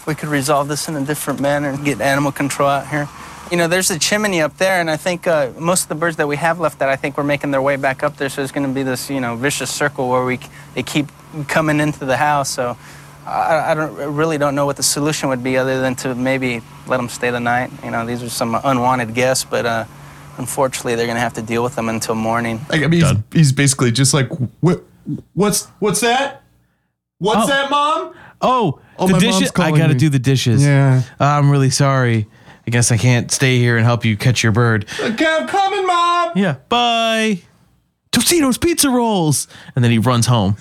we could resolve this in a different manner and get animal control out here. You know, there's a chimney up there, and I think uh, most of the birds that we have left that I think we're making their way back up there. So it's gonna be this you know vicious circle where we c- they keep coming into the house. So. I, I don't I really don't know what the solution would be other than to maybe let them stay the night. You know, these are some unwanted guests, but uh, unfortunately, they're gonna have to deal with them until morning. Like, I mean, he's, he's basically just like, what, what's, what's that? What's Oh. that, mom? Oh, Oh, the my dishes. mom's I calling got to me. do the dishes. Yeah. I'm really sorry. I guess I can't stay here and help you catch your bird. Okay, I'm coming, mom. Yeah. Bye. Totino's pizza rolls. And then he runs home.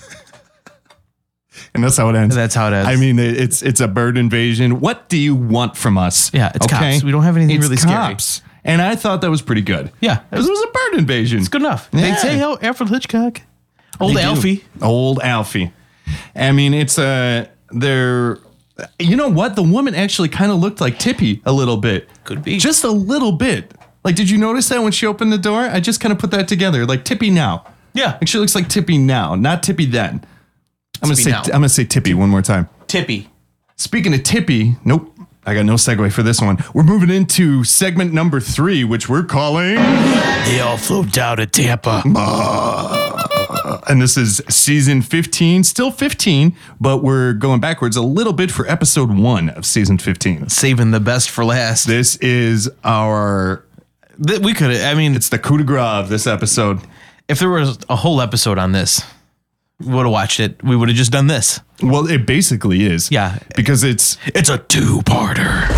And that's how it ends. That's how it ends. I mean, it- it's it's a bird invasion. What do you want from us? Yeah, it's cops. We don't have anything It's really scary. cops. scary. And I thought that was pretty good. Yeah. It was, it was a bird invasion. It's good enough. Yeah. They say, "Oh, Alfred Hitchcock, They old do. Alfie." Old Alfie. I mean, it's a they're. You know what? The woman actually kind of looked like Tippy a little bit. Could be. Just a little bit. Like, did you notice that when she opened the door? I just kind of put that together. Like Tippy now. Yeah, Like she looks like Tippy now, not Tippy then. I'm gonna Tippy say now. I'm gonna say Tippy one more time. Tippy. Speaking of Tippy, nope. I got no segue for this one. We're moving into segment number three, which we're calling. They all flew down to Tampa. and this is season 15, still 15, but we're going backwards a little bit for episode one of season 15. Saving the best for last. This is our, Th- we could. I mean, it's the coup de grace of this episode. if there was a whole episode on this, we would have watched it. We would have just done this. Well, it basically is. Yeah. Because it's it's a two-parter.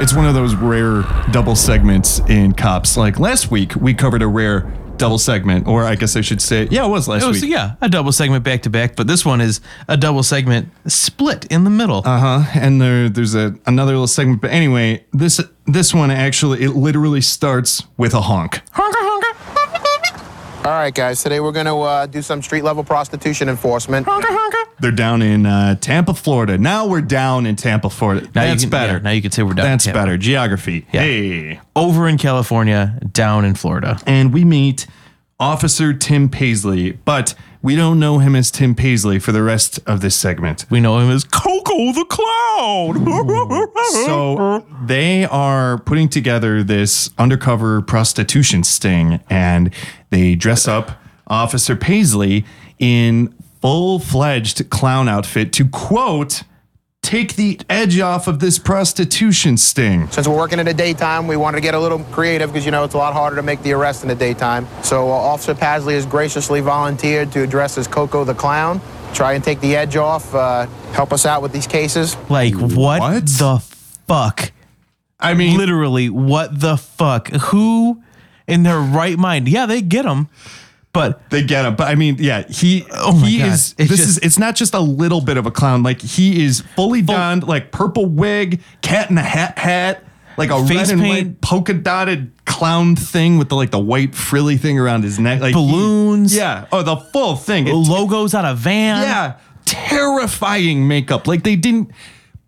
It's one of those rare double segments in cops. Like last week, we covered a rare double segment, or I guess I should say, yeah, it was last It was, week. yeah, a double segment back to back, but this one is a double segment split in the middle. Uh huh. And there, there's a another little segment. But anyway, this this one actually, it literally starts with a honk. All right, guys. Today we're going to uh, do some street level prostitution enforcement. They're down in uh, Tampa, Florida. Now we're down in Tampa, Florida. Now you That's can- better. yeah, now you can say we're down in That's Tampa. better. Geography. Hey. Over in California, down in Florida. And we meet Officer Tim Paisley, but we don't know him as Tim Paisley for the rest of this segment. We know him as Coco the Clown. so they are putting together this undercover prostitution sting and they dress up officer paisley in full-fledged clown outfit to quote take the edge off of this prostitution sting Since we're working in the daytime, we wanted to get a little creative because, you know, it's a lot harder to make the arrest in the daytime. So uh, Officer Pasley has graciously volunteered to address as Coco the Clown, try and take the edge off, uh, help us out with these cases. Like what, the fuck? I mean, literally, what the fuck? Who in their right mind? Yeah, they get him, but they get him. But I mean, yeah, he oh my he God. is It's this just- is it's not just a little bit of a clown like he is fully donned like purple wig cat in a hat hat like a Face red and paint. white polka dotted clown thing with the like the white frilly thing around his neck like he- Balloons. yeah oh the full thing It- logos on a van. yeah terrifying makeup like they didn't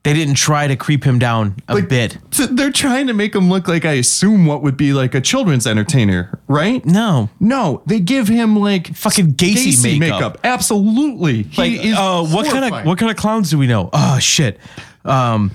They didn't try to creep him down a bit. th- they're trying to make him look like I assume what would be like a children's entertainer, right? No. No, they give him like Fucking Gacy makeup. Absolutely. Like, he is uh, what kind of horrifying. what kind of clowns do we know? Oh shit. Um,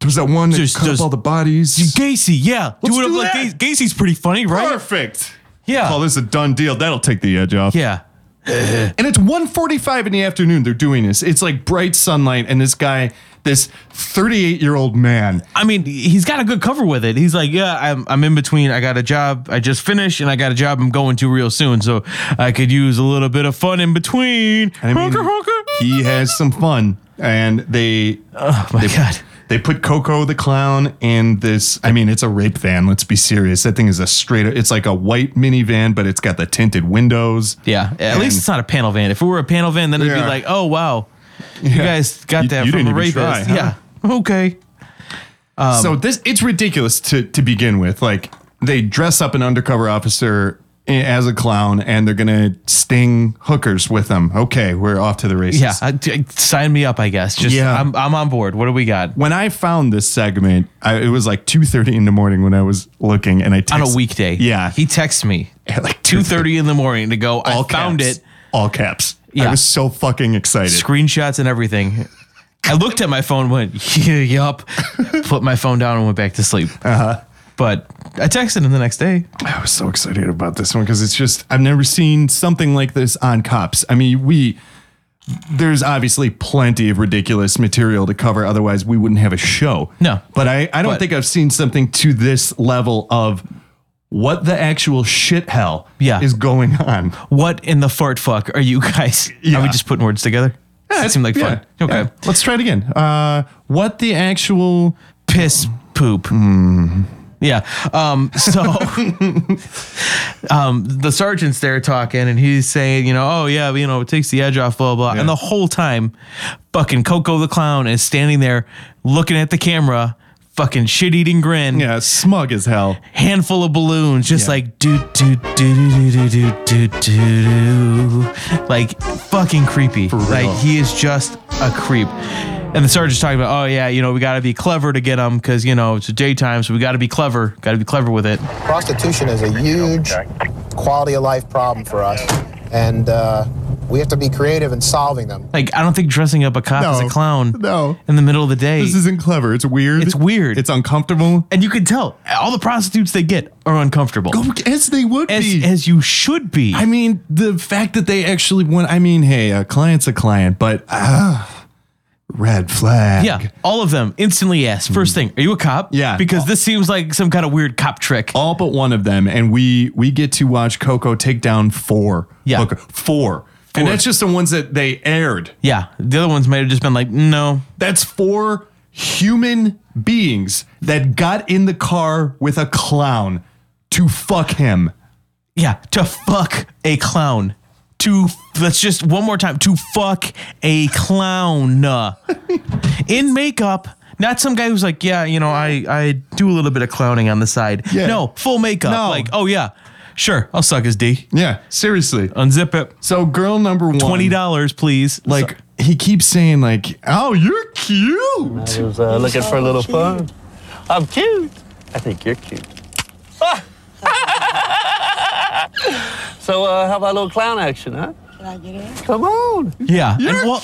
There's that one that There's- cut there's- up all the bodies. Gacy, yeah. Let's do it up do like that. Gacy. Gacy's pretty funny, right? Perfect. Yeah. Call this a done deal. That'll take the edge off. Yeah. And it's 1.45 in the afternoon. They're doing this. It's like bright sunlight, and this guy, this 38 year old man, I mean, he's got a good cover with it. He's like, yeah, I'm, I'm in between. I got a job I just finished, and I got a job I'm going to real soon. So I could use a little bit of fun in between. And I mean, Honker, honker. he has some fun. And they, Oh my they, god. they put Coco the clown in this. I mean, it's a rape van. Let's be serious. That thing is a straight. It's like a white minivan, but it's got the tinted windows. Yeah. At And- least it's not a panel van. If it were a panel van, then it'd be Yeah. like, oh wow, you guys got You- that you from a didn't rapist. even try, huh? Yeah. Okay. so um, this it's ridiculous to to begin with. Like they dress up an undercover officer i- as a clown, and they're gonna sting hookers with them. Okay, we're off to the races. Yeah. I- t- sign me up. I guess. Just Yeah. I'm I'm on board. What do we got? when I found this segment, I, it was like two thirty in the morning when I was looking, and I text, On a weekday. Yeah, He texts me at like two thirty in the morning to go. I found caps. it. All caps. Yeah. I was so fucking excited. screenshots and everything. I looked at my phone, went, yeah, yup, put my phone down and went back to sleep. Uh-huh. But I texted him the next day. I was so excited about this one because it's just I've never seen something like this on cops. I mean, we there's obviously plenty of ridiculous material to cover, otherwise we wouldn't have a show. No. But I, I don't But- think I've seen something to this level of what the actual shit hell Yeah. is going on. What in the fart fuck are you guys? Are we Yeah. just putting words together? Does it seemed like fun. Yeah, Okay. yeah. Let's try it again. Uh what the actual Piss poop. Yeah. Um, so um, the sergeant's there talking and he's saying, you know, oh, yeah, you know, it takes the edge off, blah, blah. blah. And the whole time, fucking Coco the clown is standing there looking at the camera, fucking shit eating grin. Yeah, smug as hell. handful of balloons, just like do do do do do do do do do, like fucking creepy. Like he is just a creep. And the sergeant's talking about, oh yeah, you know, we got to be clever to get them because you know it's daytime, so we got to be clever, got to be clever with it. Prostitution is a huge quality of life problem for us, and uh, we have to be creative in solving them. Like I don't think dressing up a cop as a No, clown no. in the middle of the day, This isn't clever. It's weird. It's weird. It's uncomfortable. and you can tell all the prostitutes they get are uncomfortable, As they would as be. as you should be. I mean, the fact that they actually want, I mean, hey, a client's a client, but uh, Red flag. Yeah, all of them instantly yes. First thing, are you a cop? Hmm. Yeah. because this seems like some kind of weird cop trick. All but one of them, and we we get to watch Coco take down four. Yeah. Coco- four. And that's just the ones that they aired. Yeah, the other ones might have just been like, no. That's four human beings that got in the car with a clown to fuck him. Yeah, to fuck a clown. To let's just one more time to fuck a clown Uh, in makeup. Not some guy who's like, yeah, you know, I I do a little bit of clowning on the side. No, full makeup. No. Like, oh yeah, sure, I'll suck his d. Yeah, seriously. Unzip it. Uh, So girl number one. Twenty dollars, please. Like he keeps saying, like, oh, you're cute. I was uh, looking for a little fun. I'm cute. I think you're cute. so, uh, how about a little clown action, huh? Can I get in? Come on. Yeah. and, well,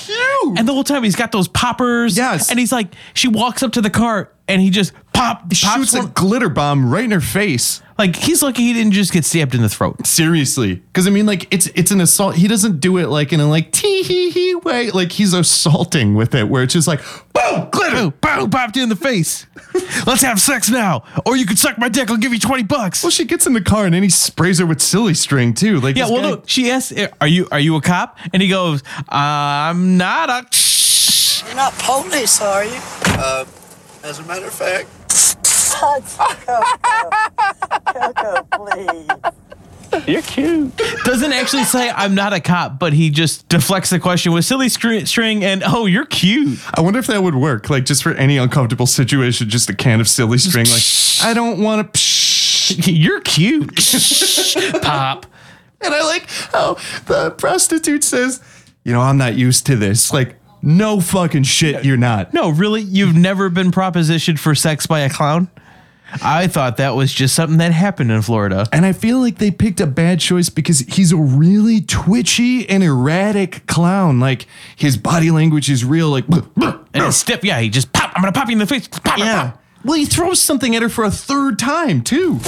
and the whole time he's got those poppers. Yes. And he's like, she walks up to the car and he just pop pops Shoots a one- glitter bomb right in her face. Like he's lucky he didn't just get stabbed in the throat. Seriously. Cause I mean, like, it's it's an assault. He doesn't do it like in a like tee hee hee way. Like he's assaulting with it, where it's just like boom, glitter. Boom, boom, popped you in the face. Let's have sex now. Or you can suck my dick. I'll give you 20 bucks. Well, she gets in the car and then he sprays her with silly string too. Like Yeah, this well, guy- no, she asks, "Eh, "Are you are you a cop?" And he goes, "I'm not a." You're not police, are you? Uh, as a matter of fact. You're cute. Doesn't actually say I'm not a cop, but he just deflects the question with silly scr- string and oh, you're cute. I wonder if that would work. Like just for any uncomfortable situation, just a can of silly string. Like I don't want to. You're cute. Pop. And I like how the prostitute says, you know, I'm not used to this. Like no fucking shit, you're not. No, really, you've never been propositioned for sex by a clown. I thought that was just something that happened in Florida. And I feel like they picked a bad choice because he's a really twitchy and erratic clown. Like his body language is real. Like And his step, yeah, he just pop. I'm gonna pop you in the face. Pop, yeah. Pop. well, he throws something at her for a third time too.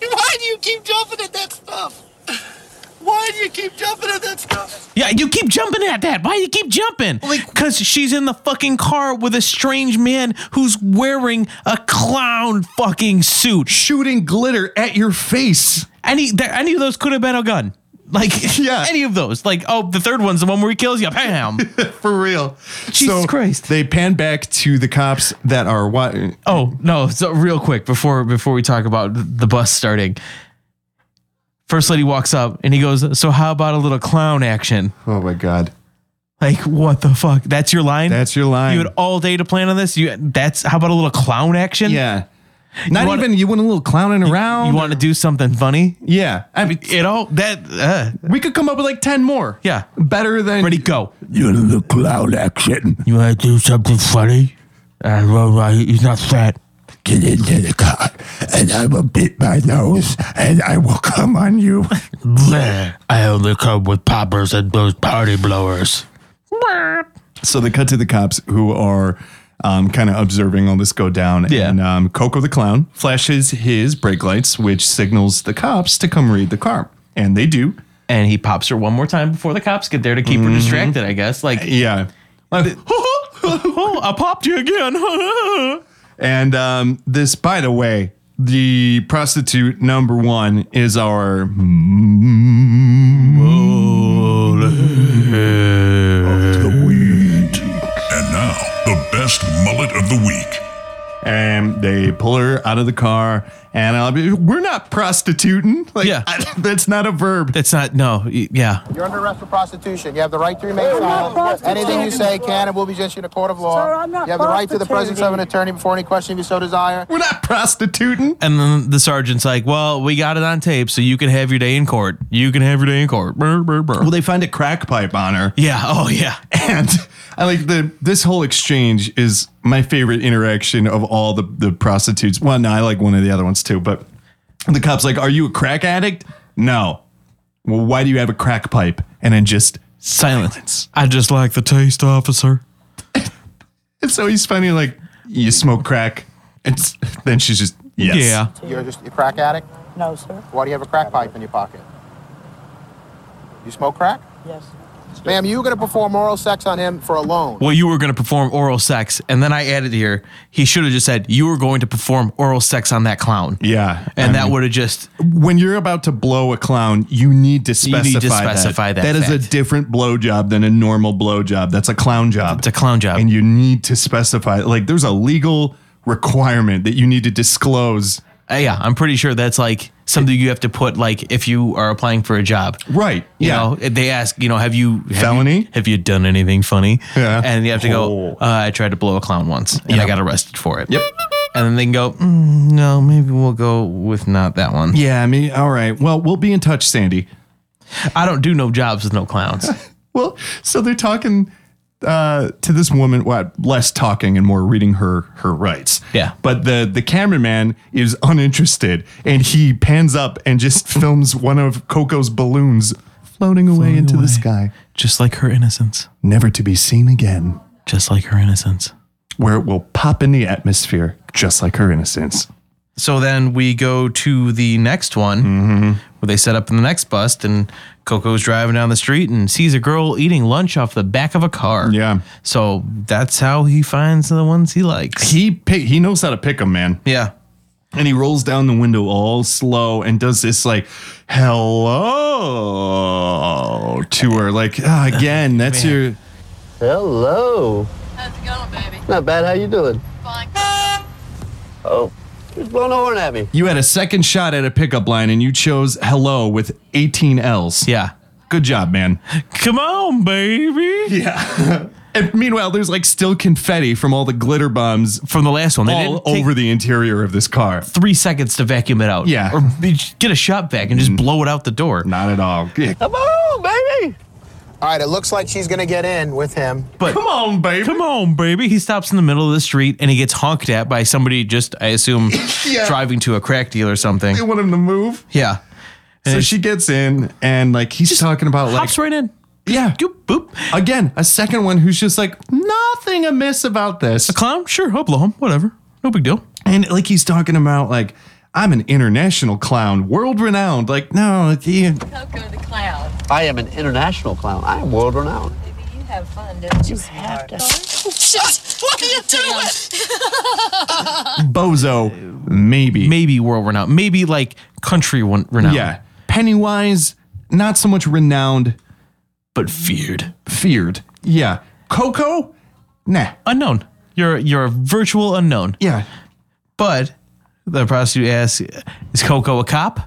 Why do you keep jumping at that stuff? Why do you keep jumping at that stuff? Yeah, you keep jumping at that. Why you keep jumping? Because she's in the fucking car with a strange man who's wearing a clown fucking suit, shooting glitter at your face. Any there, any of those could have been a gun. Like yeah, any of those. Like oh, the third one's the one where he kills you. Bam. For real. Jesus Christ. They pan back to the cops that are what Oh no! So real quick before before we talk about the bus starting, first lady walks up and he goes, "So how about a little clown action?" Oh my god! Like what the fuck? That's your line. That's your line. You had all day to plan on this. You that's how about a little clown action? Yeah. You Not wanna- even you want a little clowning around. You want to do something funny? yeah. I mean, It all that. Uh, we could come up with like ten more. yeah. Better than Ready? Go. you want a little clown action. You want to do something funny? And well, right, he's not fat. Get into the car, and I will beat my nose, and I will come on you. I only come with poppers and those party blowers. So they cut to the cops who are um, kind of observing all this go down. Yeah. And um, Coco the clown flashes his brake lights, which signals the cops to come raid the car, and they do. And he pops her one more time before the cops get there to keep Mm-hmm. her distracted. I guess. Like Yeah. oh, I popped you again. And um, this, by the way, the prostitute number one is our And now, the best mullet of the week. and they pull her out of the car and I'll be, we're not prostituting like Yeah. I- that's not a verb That's not no. y- Yeah. You're under arrest for prostitution. You have the right to remain silent. Anything you say can and will be judged in a court of law. you have the right to the presence of an attorney before any question if you so desire. we're not prostituting And then the sergeant's like, "Well, we got it on tape, so you can have your day in court. You can have your day in court." Brr, brr, brr. well they find a crack pipe on her yeah. Oh, yeah. and I like the this whole exchange is my favorite interaction of all the the prostitutes well no I like one of the other ones too but the cops like are you a crack addict no well why do you have a crack pipe and then just Silence. I just like the taste, officer. and so he's finally like you smoke crack and s- then she's just yes Yeah. You're just a crack addict? No, sir. Why do you have a crack pipe in your pocket? You smoke crack? Yes. Ma'am, you were going to perform oral sex on him for a loan. Well, you were going to perform oral sex, and then I added here, he should have just said you were going to perform oral sex on that clown. Yeah, and I that mean- would have just when you're about to blow a clown, you need to You specify, need to specify that That is a different blow job than a normal blow job. That's a clown job. It's a clown job. And you need to specify like there's a legal requirement that you need to disclose. Uh, yeah, I'm pretty sure that's like something you have to put like if you are applying for a job. Right. You yeah. know, they ask, you know, have you have Felony? Oh. You, have you done anything funny? Yeah. And you have to go, uh, I tried to blow a clown once and I Yep. got arrested for it. Yep. And then they can go, "Mm, no, maybe we'll go with not that one. Yeah, I mean, all right. Well, we'll be in touch, Sandy. I don't do no jobs with no clowns. Well, so they're talking uh, to this woman. What less talking and more reading her her rights. Yeah. But the the cameraman is uninterested, and he pans up and just films one of Coco's balloons floating away into the sky, just like her innocence, never to be seen again, just like her innocence, where it will pop in the atmosphere, just like her innocence. So then we go to the next one where they set up in the next bust, and Coco's driving down the street and sees a girl eating lunch off the back of a car. Yeah. So that's how he finds the ones he likes. He pick, he knows how to pick them, man. Yeah. And he rolls down the window all slow and does this like hello to her. Like ah, again, that's Man. your Hello. How's it going, baby? Not bad. How you doing? Fine. Oh, who's blowing a horn at me? You had a second shot at a pickup line and you chose hello with 18 L's. Yeah. Good job, man. Come on, baby. Yeah. and meanwhile, there's like still confetti from all the glitter bombs from the last one. They all didn't take- over the interior of this car. Three seconds to vacuum it out. Yeah. Mm. Or get a shop vac and just blow it out the door. Not at all. Come on, baby. All right, it looks like she's going to get in with him. But come on, baby. Come on, baby. He stops in the middle of the street and he gets honked at by somebody just, I assume, Yeah. driving to a crack deal or something. They want him to move. Yeah. So And she gets in and like he's talking about like hops right in. Yeah. boop. Again, a second one who's just like nothing amiss about this. A clown? Sure, I'll blow him. Whatever. No big deal. And like he's talking about like I'm an international clown, world renowned. Like no, he, I am an international clown. I am world renowned. You have fun, don't you? You have to. Just what are you doing? bozo, maybe. Maybe world renowned. Maybe like country one- renowned. Yeah. Pennywise, not so much renowned, but feared. Feared. Yeah. Coco? Nah. Unknown. You're you're a virtual unknown. Yeah. But the prostitute asks, is Coco a cop?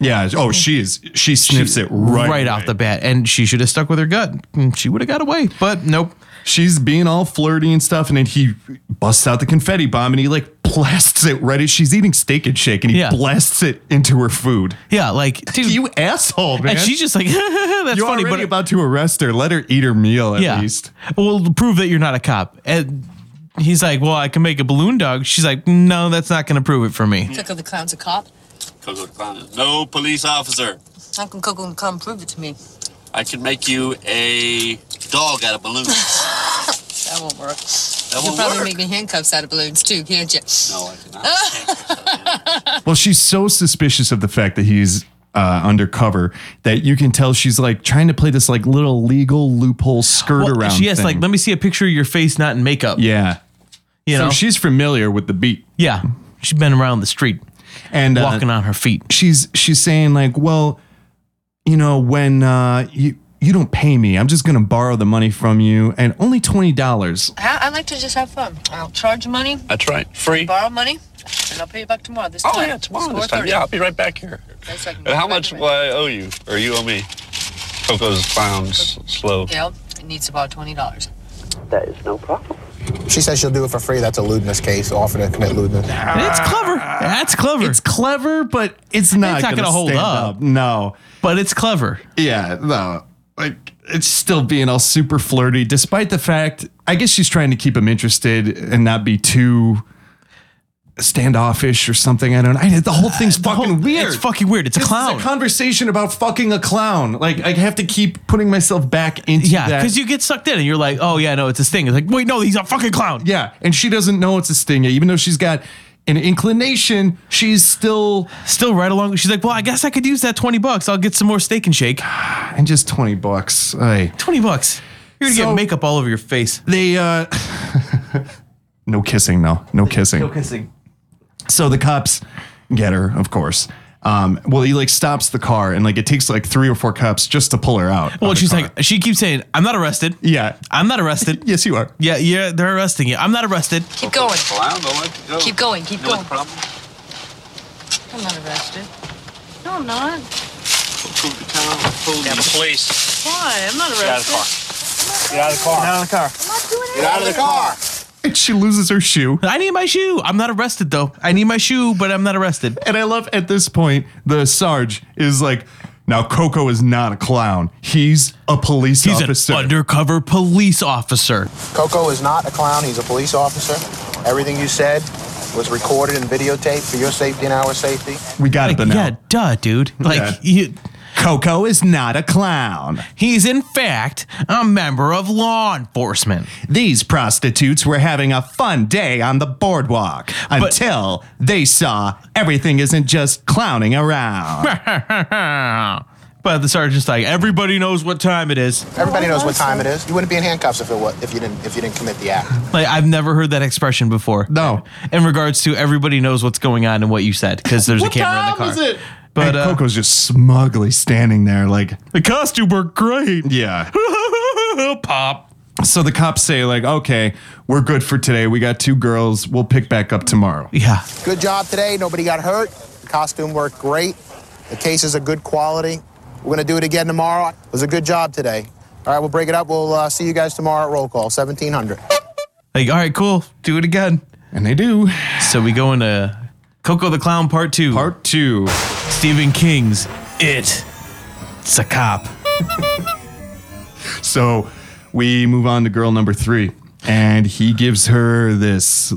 Yeah. Oh, she's she sniffs it right right off the bat, and she should have stuck with her gut. and She would have got away, but nope. She's being all flirty and stuff, and then he busts out the confetti bomb and he like blasts it right as she's eating steak and shake, and he Yeah. blasts it into her food. Yeah, like dude, you asshole, man. And she's just like, that's You're funny, already but about to arrest her. Let her eat her meal at yeah. least. Well, prove that you're not a cop. And he's like, well, I can make a balloon dog. She's like, no, that's not going to prove it for me. Coco the clown's a cop. Coco the Clown is no police officer. How can Coco the clown prove it to me? I can make you a dog out of balloons. That won't work. That You'll won't probably work. make me handcuffs out of balloons too, can't you? No, I cannot. Well, she's so suspicious of the fact that he's uh, undercover that you can tell she's like trying to play this like little legal loophole skirt Well, around. she asks, thing. like, let me see a picture of your face, not in makeup. yeah, You so know? she's familiar with the beat Yeah. She's been around the street and uh, walking on her feet. She's she's saying like, well, you know, when uh, you you don't pay me, I'm just gonna borrow the money from you and only twenty dollars. I, I like to just have fun. I'll charge you money, That's right. Free. borrow money, and I'll pay you back tomorrow. This Oh, time. yeah, tomorrow this 4:30. time. Yeah, I'll be right back here. That's like- How much will I owe you? Or you owe me? Coco's clown's slow. Yeah, it needs about twenty dollars. That is no problem. She says she'll do it for free. That's a lewdness case. Offer to commit lewdness. It's clever. That's clever. It's clever, but it's not. It's not going to hold stand up. No, but it's clever. Yeah, no, like it's still being all super flirty, despite the fact I guess she's trying to keep him interested and not be too standoffish or something. I don't. I, the whole thing's fucking weird. Uh, It's fucking weird. It's a This is clown. conversation about fucking a clown. Like I have to keep putting myself back into yeah, that. because you get sucked in and you're like, oh, yeah, no, it's this thing. It's like, wait, no, he's a fucking clown. Yeah, and she doesn't know it's a sting yet, even though she's got an inclination, she's still still right along. She's like, well, I guess I could use that twenty bucks. I'll get some more steak and shake. And just twenty bucks. Aye. Twenty bucks. You're gonna So- get makeup all over your face. They uh no kissing though. No kissing. No kissing. So the cops get her, of course. Um, well, he like stops the car and like it takes like three or four cops just to pull her out. Well, she's like, she keeps saying, "I'm not arrested." Yeah, I'm not arrested. yes, you are. Yeah, yeah, they're arresting you. I'm not arrested. Keep going. Well, I don't know where to go. Keep going. Keep You know what going. the problem? I'm not arrested. No, I'm not. Yeah, the police. Why? I'm not Get out of the arrested. car. Get out of the car. Get out of the car. Get out of the car. And she loses her shoe. I need my shoe. I'm not arrested though. I need my shoe, but I'm not arrested. And I love at this point, the Sarge is like, now Coco is not a clown. He's a police He's officer. an undercover police officer. Coco is not a clown. He's a police officer. Everything you said was recorded and videotaped for your safety and our safety. we got Like, it, but yeah, now. duh, dude. Like Yeah. you, Coco is not a clown. he's in fact a member of law enforcement. These prostitutes were having a fun day on the boardwalk until they saw everything isn't just clowning around. but the sergeant's like, everybody knows what time it is. Everybody knows what time it is. You wouldn't be in handcuffs if it was, if you didn't if you didn't commit the act. Like I've never heard that expression before. No. In regards to everybody knows what's going on and what you said because there's a camera in the car. But But uh, Coco's just smugly standing there, like the costume worked great. yeah. Pop. So the cops say, like, okay, we're good for today. We got two girls. We'll pick back up tomorrow. Yeah. Good job today. Nobody got hurt. The costume worked great. The cases are good quality. We're gonna do it again tomorrow. It was a good job today. All right, we'll break it up. We'll uh, see you guys tomorrow at roll call, 1700. Like, all right, cool. Do it again. And they do. So we go into Coco the Clown Part 2. Part 2. Stephen King's It. It's a cop. So we move on to girl number three, and he gives her this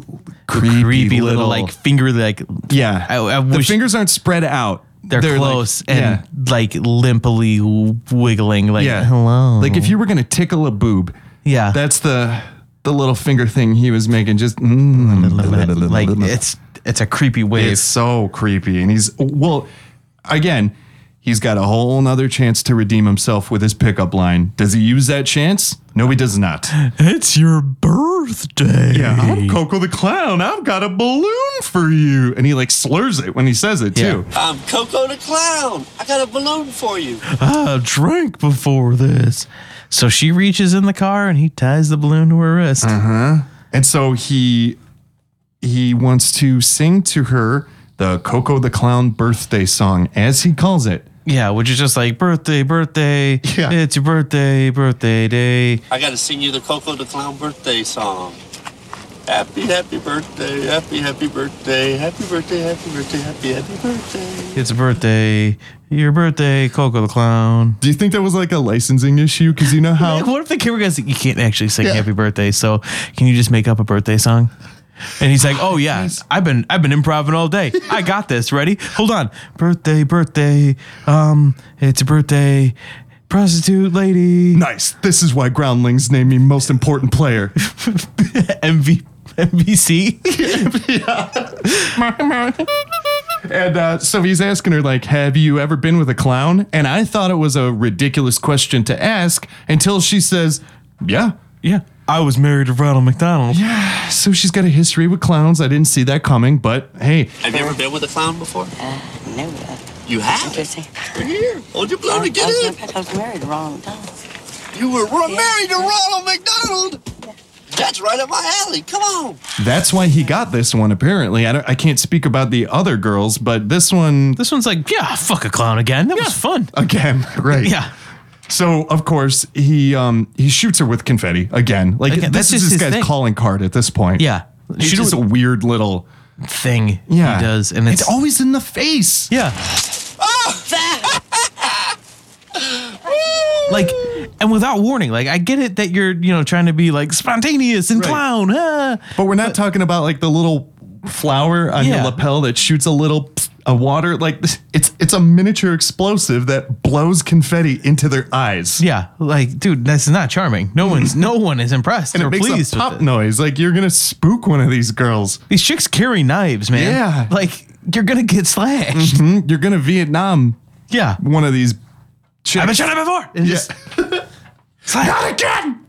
creepy, Creepy little, like finger like yeah. I, I the wish fingers aren't spread out. they're, like- close yeah. and like limply wiggling like yeah. hello. Like if you were gonna tickle a boob, Yeah. that's the the little finger thing he was making. Just mm, like it's it's a creepy wave. It's so creepy. And he's, well, again, he's got a whole nother chance to redeem himself with his pickup line. Does he use that chance? No, he does not. It's your birthday. Yeah, I'm Coco the Clown. I've got a balloon for you. And he like slurs it when he says it Yeah. too. I'm Coco the Clown. I got a balloon for you. I drank before this. So she reaches in the car and he ties the balloon to her wrist. Uh-huh. And so he he wants to sing to her the Coco the Clown birthday song, as he calls it. Yeah, which is just like birthday, birthday. Yeah. It's your birthday, birthday day. I got to sing you the Coco the Clown birthday song. Happy, happy birthday, happy, happy birthday, happy birthday, happy birthday, happy, happy birthday. It's a birthday. Your birthday, Coco the Clown. Do you think that was like a licensing issue? Because you know how Like, what if the camera guy's like, you can't actually sing Yeah. happy birthday, so can you just make up a birthday song? And he's like, "Oh yeah, I've been I've been improvising all day. I got this. Ready? Hold on. Birthday, birthday. Um, it's your birthday, prostitute lady. nice. This is why Groundlings named me most important player. MV, MVC. And uh, so he's asking her, like, have you ever been with a clown? And I thought it was a ridiculous question to ask until she says, yeah. yeah, I was married to Ronald McDonald. So she's got a history with clowns. I didn't see that coming, but hey, Have you ever been with a clown before? No, uh, You I'm have? just saying. We're here. Hold your I balloon and get was, in. I was married to Ronald McDonald. You were ro- Yeah. married to Ronald McDonald. That's right up my alley. Come on. that's why he got this one, apparently. I, don't, I can't speak about the other girls, but this one, This one's like, yeah, fuck a clown again. That was fun. again, right. Yeah. So, of course, he um he shoots her with confetti again. Like, Again, this that's is just this his guy's thing. calling card at this point. Yeah. It's Shoot it just a with- weird little. Thing Yeah. he does, and it's, it's always in the face. yeah, Oh! like, and without warning. Like, I get it that you're you know trying to be like spontaneous and Right. clown, ah. But we're not talking about like the little flower on your Yeah. lapel that shoots a little. psst a water like this- it's it's a miniature explosive that blows confetti into their eyes. Yeah, like dude, that's not charming. No one's no one is impressed And or it makes a pleased with pop it. noise. Like you're gonna spook one of these girls. These chicks carry knives, man. Yeah, Mm-hmm. like you're gonna get slashed. Hmm? You're gonna Vietnam. Yeah, one of these. Chicks. I've been shot at before. And just- It's like, Not again.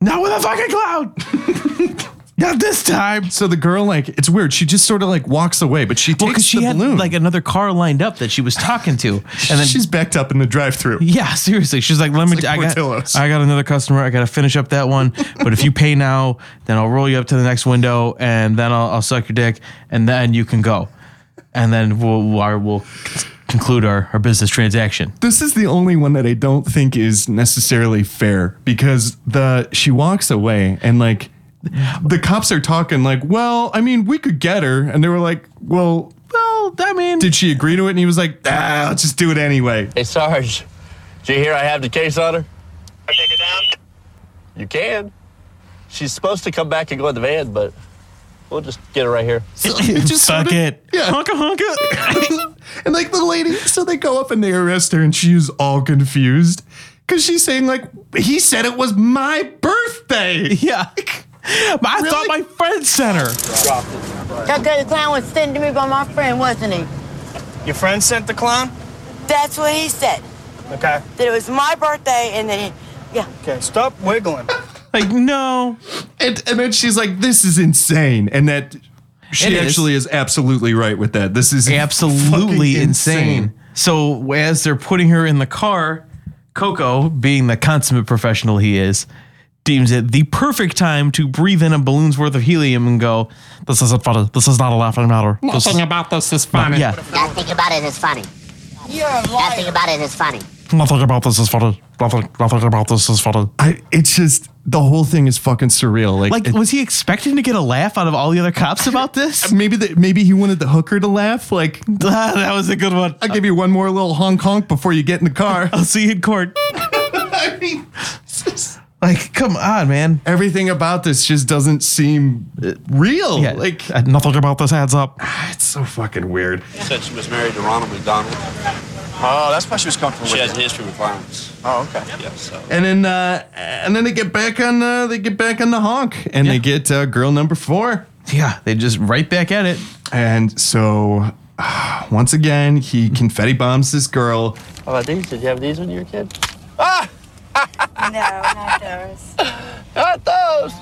Not with a fucking clown. Not this time. So the girl, like, it's weird. She just sort of like walks away, but she takes Well, because she the had balloon. like another car lined up that she was talking to, and then she's backed up in the drive-through. Yeah, seriously, she's like, "Let me. It's like I got, Portillo's. I got another customer. I got to finish up that one. But if you pay now, then I'll roll you up to the next window, and then I'll, I'll suck your dick, and then you can go, and then we'll we'll, we'll conclude our, our business transaction." This is the only one that I don't think is necessarily fair because the she walks away and like the cops are talking like, well, I mean, we could get her, and they were like, well, well, I mean, did she agree to it? And he was like, ah, let's just do it anyway. Hey, Sarge, did you hear I have the case on her? I take it down? You can. She's supposed to come back and go in the van, but we'll just get her right here. Fuck it. Yeah. Honka honka. and like the lady, so they go up and they arrest her, and she's all confused because she's saying like, he said it was my birthday. Yeah. I thought my friend sent her. That guy, the clown was sent to me by my friend, wasn't he? Your friend sent the clown? That's what he said. Okay. That it was my birthday and that he, yeah. Okay, stop wiggling. Like no, and and then she's like, "This is insane," and that she It is. actually is. absolutely right with that. This is absolutely fucking insane. So as they're putting her in the car, Coco, being the consummate professional he is, deems it the perfect time to breathe in a balloon's worth of helium and go, "This isn't funny. This is not a laughing matter. This is- about this is Yeah, Nothing about it is funny. You're a liar. Nothing about it is funny. nothing about this is funny. Nothing, nothing about this is funny." I it's just the whole thing is fucking surreal. Like, Like, it- was he expecting to get a laugh out of all the other cops about this? maybe the, maybe he wanted the hooker to laugh. Like "Ah, that was a good one. I'll give you one more little honk honk before you get in the car. I'll see you in court. I mean, like, come on, man. Everything about this just doesn't seem real. Uh, Yeah, Like uh, nothing about this adds up. it's so fucking weird. She said she was married to Ronald McDonald. Oh, that's why she was comfortable she with She has a history with violence. Oh, okay. Yeah, so. And then uh, and then they get back on uh, they get back on the honk and they get uh, girl number four. Yeah, they just right back at it. And so once again he confetti bombs this girl. How about these? Did you have these when you were a kid? Ah! no, not those. Not those!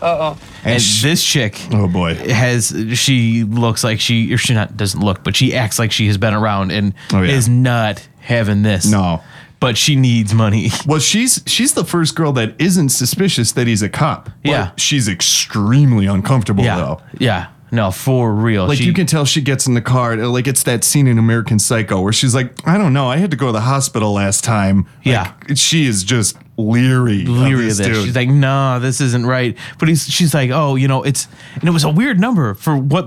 Uh-oh. And, this chick, oh boy, has she looks like she or she not doesn't look, but she acts like she has been around and Oh, yeah. is not having this. No. but she needs money. Well, she's she's the first girl that isn't suspicious that he's a cop. But Yeah. she's extremely uncomfortable yeah, though. yeah, no, for real. Like She- you can tell she gets in the car. and, Like it's that scene in American Psycho where she's like, I don't know, I had to go to the hospital last time. Yeah. Like, she is just leery, leery of this. dude. She's like, "No, this isn't right." But he's, she's like, "Oh, you know, it's," and it was a weird number for what,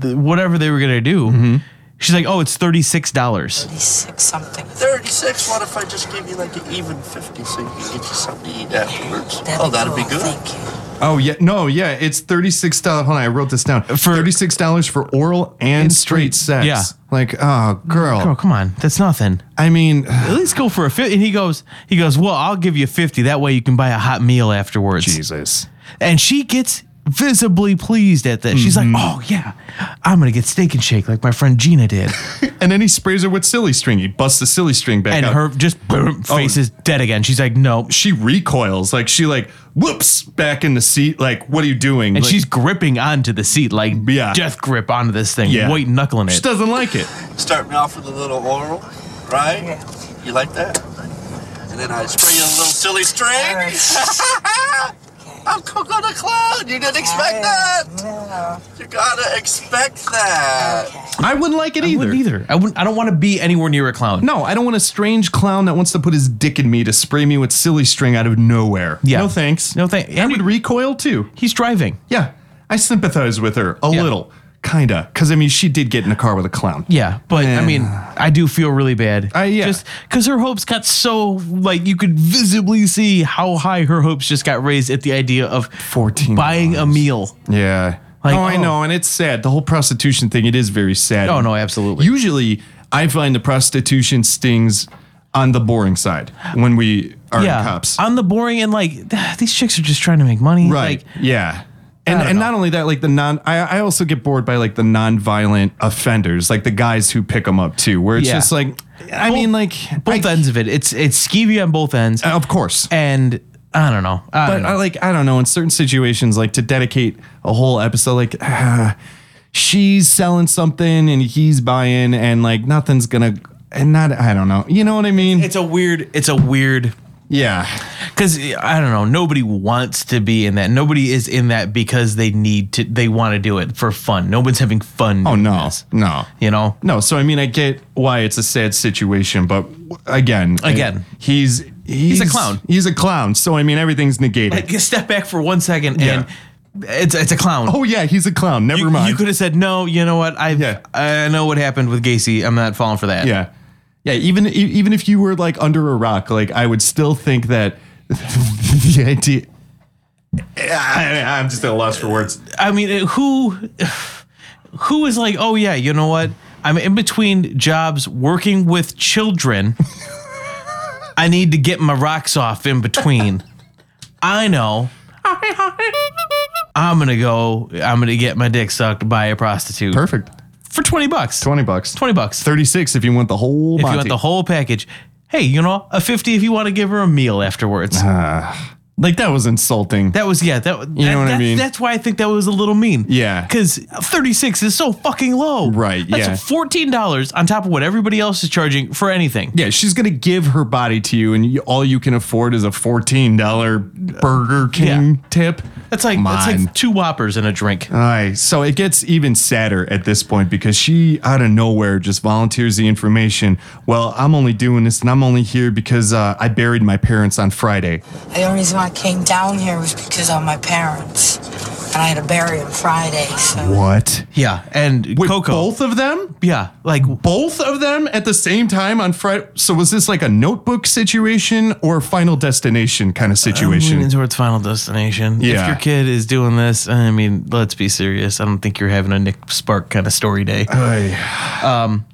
the, whatever they were gonna do. She's like, "Oh, it's thirty six dollars." 36 something. 36? What if I just give you like an even 50 so you can get you something to eat afterwards? oh, that'd be good. Oh yeah, no, yeah, it's thirty six dollars. Hold on, I wrote this down. thirty six dollars for oral and, straight sex. Yeah. like oh girl, Girl, come on, that's nothing. I mean, at least go for a fifty. And he goes, he goes, well, I'll give you fifty. That way you can buy a hot meal afterwards. Jesus. And she gets visibly pleased at this. She's like, oh yeah, I'm gonna get steak and shake like my friend Gina did. and then he sprays her with silly string. He busts the silly string back. and out. her just boom, face is dead again. She's like, no. She recoils. Like she like whoops back in the seat. Like what are you doing? And Like, she's gripping onto the seat like death grip onto this thing, Yeah. white knuckling it. She doesn't like it. Start me off with a little oral, right? You like that? And then I spray you a little silly string. I'm Coco the Clown. You didn't expect that. You gotta expect that. I wouldn't like it either. I wouldn't either. I wouldn't. I don't want to be anywhere near a clown. No, I don't want a strange clown that wants to put his dick in me to spray me with silly string out of nowhere. Yeah. No thanks. No thanks. I would recoil too. He's driving. Yeah. I sympathize with her a little, kinda, because I mean she did get in a car with a clown. Yeah, but I mean, I do feel really bad. I yeah. Just because her hopes got so like you could visibly see how high her hopes just got raised at the idea of fourteen buying a meal. yeah. oh, I know, and it's sad. The whole prostitution thing, it is very sad. Oh no, absolutely. Usually, I find the prostitution stings on the boring side when we are yeah, in cops. on the boring and like these chicks are just trying to make money. Right. Like, yeah. And, don't and not only that, like the non, I, I also get bored by like the non-violent offenders, like the guys who pick them up too, where it's Yeah. just like, I mean, like both ends of it. It's it's skeevy on both ends, of course. And I don't know. I but don't know. I like, I don't know, in certain situations, like to dedicate a whole episode, like ah, she's selling something and he's buying, and like nothing's gonna, and not, I don't know, you know what I mean? It's a weird. It's a weird. Yeah. Because I don't know. Nobody wants to be in that. Nobody is in that because they need to. They want to do it for fun. No one's having fun. Oh no, no, you know, no. So I mean, I get why it's a sad situation, but w- again, Again. I- he's, he's He's a clown. He's a clown. So I mean, everything's negated. Like just step back for one second Yeah. and it's it's a clown. Oh yeah, he's a clown. Never mind. You could have said no. You know what? I I know what happened with Gacy. I'm not falling for that. yeah, yeah. Even e- even if you were like under a rock, like I would still think that the idea. I, I'm just at a loss for words. I mean, uh, who who is like, oh yeah, you know what? I'm in between jobs working with children. I need to get my rocks off in between. I know. I'm gonna go. I'm gonna get my dick sucked by a prostitute. Perfect. For twenty bucks. Twenty bucks. Twenty bucks. Thirty six if you want the whole. If you Monty. want the whole package, hey, you know, a fifty if you want to give her a meal afterwards. Ah, like that was insulting. That was yeah. That You know what I that's- mean? That's why I think that was a little mean. Yeah. because thirty six is so fucking low. Right, That's yeah. fourteen dollars on top of what everybody else is charging for anything. Yeah, she's gonna give her body to you, and you, all you can afford is a fourteen dollar Burger King tip. That's like that's like two whoppers and a drink. Aye, so it gets even sadder at this point because she out of nowhere just volunteers the information. Well, I'm only doing this, and I'm only here because uh, I buried my parents on Friday. The only reason why I came down here was because of my parents. And I had to bury them Friday, so. What? Yeah, and With Coco. both of them. Yeah, like both of them at the same time on Friday. So was this like a notebook situation or Final Destination Uh, kind of situation? leaning towards Final Destination. Yeah. If your kid is doing this, I mean, let's be serious. I don't think you're having a Nick Spark kind of story day. Uh, Um,